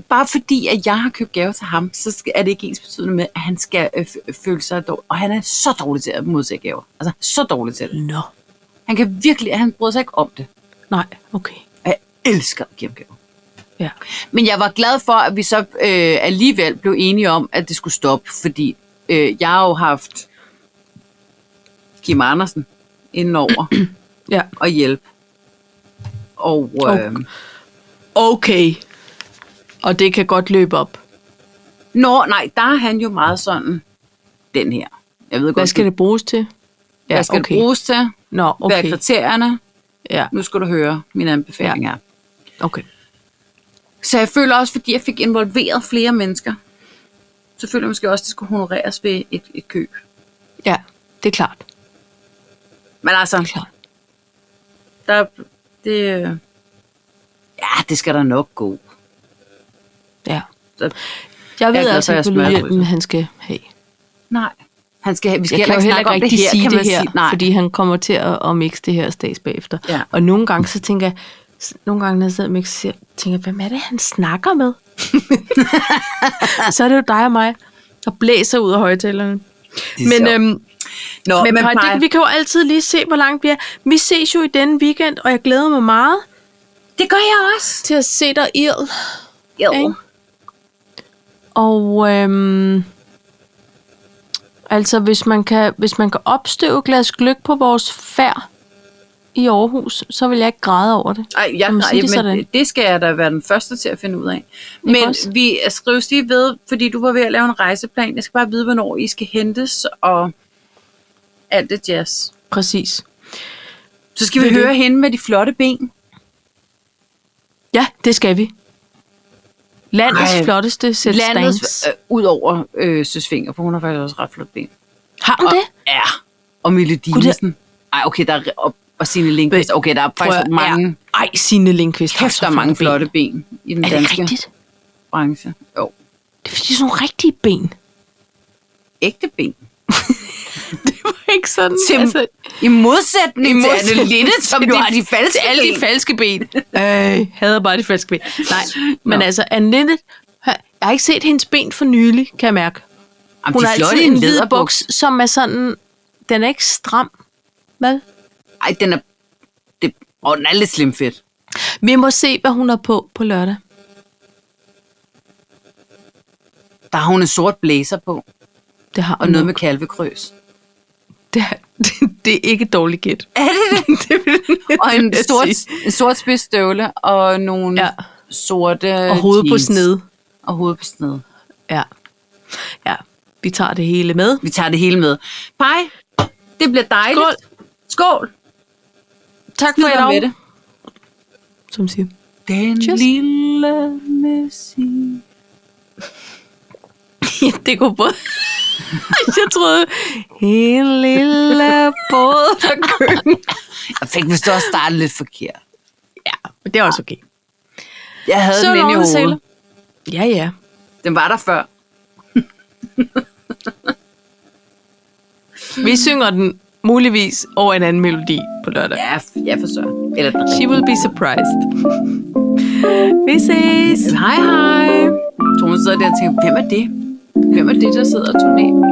Speaker 1: bare fordi, at jeg har købt gave til ham, så skal, er det ikke ens betydende med, at han skal øh, f- føle sig dårlig. Og han er så dårlig til at modtage gaver. Altså, så dårlig til det.
Speaker 2: Nå.
Speaker 1: Han kan virkelig, han bryder sig ikke om det.
Speaker 2: Nej, okay.
Speaker 1: Og jeg elsker at give ham gaver.
Speaker 2: Ja.
Speaker 1: Men jeg var glad for, at vi så øh, alligevel blev enige om, at det skulle stoppe, fordi øh, jeg har jo haft Kim Andersen indenover
Speaker 2: ja.
Speaker 1: og hjælpe. Og øh, okay.
Speaker 2: Okay. Og det kan godt løbe op.
Speaker 1: nå, nej, der er han jo meget sådan, den her. Jeg ved
Speaker 2: Hvad
Speaker 1: godt,
Speaker 2: skal det bruges til?
Speaker 1: ja, hvad skal okay. det bruges til?
Speaker 2: Nå,
Speaker 1: Hvad er
Speaker 2: okay.
Speaker 1: kriterierne?
Speaker 2: Ja,
Speaker 1: Nu skal du høre mine anbefalinger. Ja.
Speaker 2: okay.
Speaker 1: Så jeg føler også, fordi jeg fik involveret flere mennesker, så føler jeg måske også, at det skulle honoreres ved et, et køb.
Speaker 2: Ja, det er klart.
Speaker 1: Men
Speaker 2: Det
Speaker 1: altså,
Speaker 2: er klart.
Speaker 1: der, det, øh, ja, det skal der nok gå.
Speaker 2: Ja.
Speaker 1: Så,
Speaker 2: Jeg ved
Speaker 1: glad for,
Speaker 2: altså
Speaker 1: at
Speaker 2: ikke,
Speaker 1: jeg
Speaker 2: hvad
Speaker 1: smager på
Speaker 2: lydhjælpen han skal have.
Speaker 1: nej, han skal, vi skal
Speaker 2: Jeg kan
Speaker 1: heller
Speaker 2: jo
Speaker 1: ikke
Speaker 2: heller
Speaker 1: snakke
Speaker 2: ikke
Speaker 1: om det
Speaker 2: rigtig
Speaker 1: her,
Speaker 2: sige
Speaker 1: kan
Speaker 2: det
Speaker 1: man
Speaker 2: her,
Speaker 1: sige. Nej, fordi...
Speaker 2: fordi han kommer til at, at mixe det her stats bagefter.
Speaker 1: Ja.
Speaker 2: Og nogle gange, så tænker jeg, s- nogle gange, når jeg sidder og mixer, siger- tænker jeg, hvem er det, han snakker med? så er det jo dig og mig, der blæser ud af højtalerne.
Speaker 1: Det er
Speaker 2: Men,
Speaker 1: sjovt.
Speaker 2: øhm,
Speaker 1: Nå,
Speaker 2: men, men
Speaker 1: Paj,
Speaker 2: det, vi kan jo altid lige se, hvor langt vi er. Vi ses jo i denne weekend, og jeg glæder mig meget
Speaker 1: det gør jeg også.
Speaker 2: til at se dig ild.
Speaker 1: Jo.
Speaker 2: Ikke? Og øhm, altså, hvis man, kan, hvis man kan opstøve et glas gløk på vores færd i Aarhus, så vil jeg ikke græde over det.
Speaker 1: Ej, jeg,
Speaker 2: Kan man
Speaker 1: nej,
Speaker 2: sige det
Speaker 1: det,
Speaker 2: sådan?
Speaker 1: men det skal jeg da være den første til at finde ud af. Men
Speaker 2: også?
Speaker 1: vi skrives lige ved, fordi du var ved at lave en rejseplan. Jeg skal bare vide, hvornår I skal hentes og alt det jazz.
Speaker 2: Præcis.
Speaker 1: Så skal vi
Speaker 2: Det er det.
Speaker 1: høre hende med de flotte ben.
Speaker 2: Ja, det skal vi. Landets Ej,
Speaker 1: Ej,
Speaker 2: flotteste
Speaker 1: Landets,
Speaker 2: selvstands.
Speaker 1: øh, ud over øh, Søsfinger, for hun har faktisk også ret flotte ben.
Speaker 2: Har hun det?
Speaker 1: Ja. Og Mille
Speaker 2: Gud, det-
Speaker 1: Dinesen. Ej, okay, der er, og, og Signe Lindqvist. Okay, der er faktisk
Speaker 2: Prøv at-
Speaker 1: mange, ja.
Speaker 2: Ja. Ej, Signe Lindqvist. har
Speaker 1: kæft,
Speaker 2: så
Speaker 1: der er mange
Speaker 2: ben.
Speaker 1: flotte ben i den
Speaker 2: Er det
Speaker 1: danske
Speaker 2: rigtigt?
Speaker 1: branche. Jo,
Speaker 2: Det er fordi, det er sådan nogle rigtige ben.
Speaker 1: ægte ben.
Speaker 2: Det var ikke sådan.
Speaker 1: Til, altså, I modsætning,
Speaker 2: I modsætning
Speaker 1: til Annelinde, som
Speaker 2: til
Speaker 1: jo
Speaker 2: de-
Speaker 1: har de falske
Speaker 2: til alle de
Speaker 1: ben.
Speaker 2: falske ben. Øh, hader bare de falske ben. Nej, men
Speaker 1: Nå.
Speaker 2: altså, Anne Linde, jeg har ikke set hendes ben for nylig, kan jeg mærke.
Speaker 1: Jamen,
Speaker 2: Hun
Speaker 1: de
Speaker 2: har
Speaker 1: er flotte
Speaker 2: altid
Speaker 1: i
Speaker 2: en
Speaker 1: en
Speaker 2: hvid
Speaker 1: læderbuks.
Speaker 2: buks, som er sådan, den er ikke stram. Hvad?
Speaker 1: Ej, den er... Det, og den er lidt slim fedt.
Speaker 2: Vi må se, hvad hun har på på lørdag.
Speaker 1: Der har hun en sort blazer på,
Speaker 2: Det har
Speaker 1: og
Speaker 2: hun
Speaker 1: noget
Speaker 2: nok.
Speaker 1: med kalvekrøs.
Speaker 2: Det, er, det er ikke et dårligt gæt.
Speaker 1: Er det det?
Speaker 2: Det vil jeg
Speaker 1: Og en
Speaker 2: sige.
Speaker 1: sort, en sort spids støvle, og nogle
Speaker 2: Ja.
Speaker 1: ja. sorte
Speaker 2: Og hovedet på
Speaker 1: jeans.
Speaker 2: sned.
Speaker 1: Og hovedet på sned.
Speaker 2: Ja. Ja, vi tager det hele med.
Speaker 1: Vi tager det hele med. Pej, det bliver dejligt.
Speaker 2: Skål.
Speaker 1: Skål.
Speaker 2: Tak for i
Speaker 1: Skål med
Speaker 2: dag.
Speaker 1: det.
Speaker 2: Som siger.
Speaker 1: Den
Speaker 2: Cheers.
Speaker 1: lille messi.
Speaker 2: Ja, det kunne både... jeg troede, en lille båd der køkken.
Speaker 1: Jeg fik vist også startet lidt forkert.
Speaker 2: Ja, men det er også okay.
Speaker 1: Jeg havde
Speaker 2: Så
Speaker 1: den inde i
Speaker 2: long, Sailor.
Speaker 1: hovedet.
Speaker 2: Ja, ja.
Speaker 1: Den var der før.
Speaker 2: Vi synger den muligvis over en anden melodi på lørdag.
Speaker 1: Ja, f- ja for søren. Eller den
Speaker 2: She will be surprised. Vi ses.
Speaker 1: Hej, hej. Tone sidder der og tænker, hvem er det? Hvem er det, der sidder og turnerer?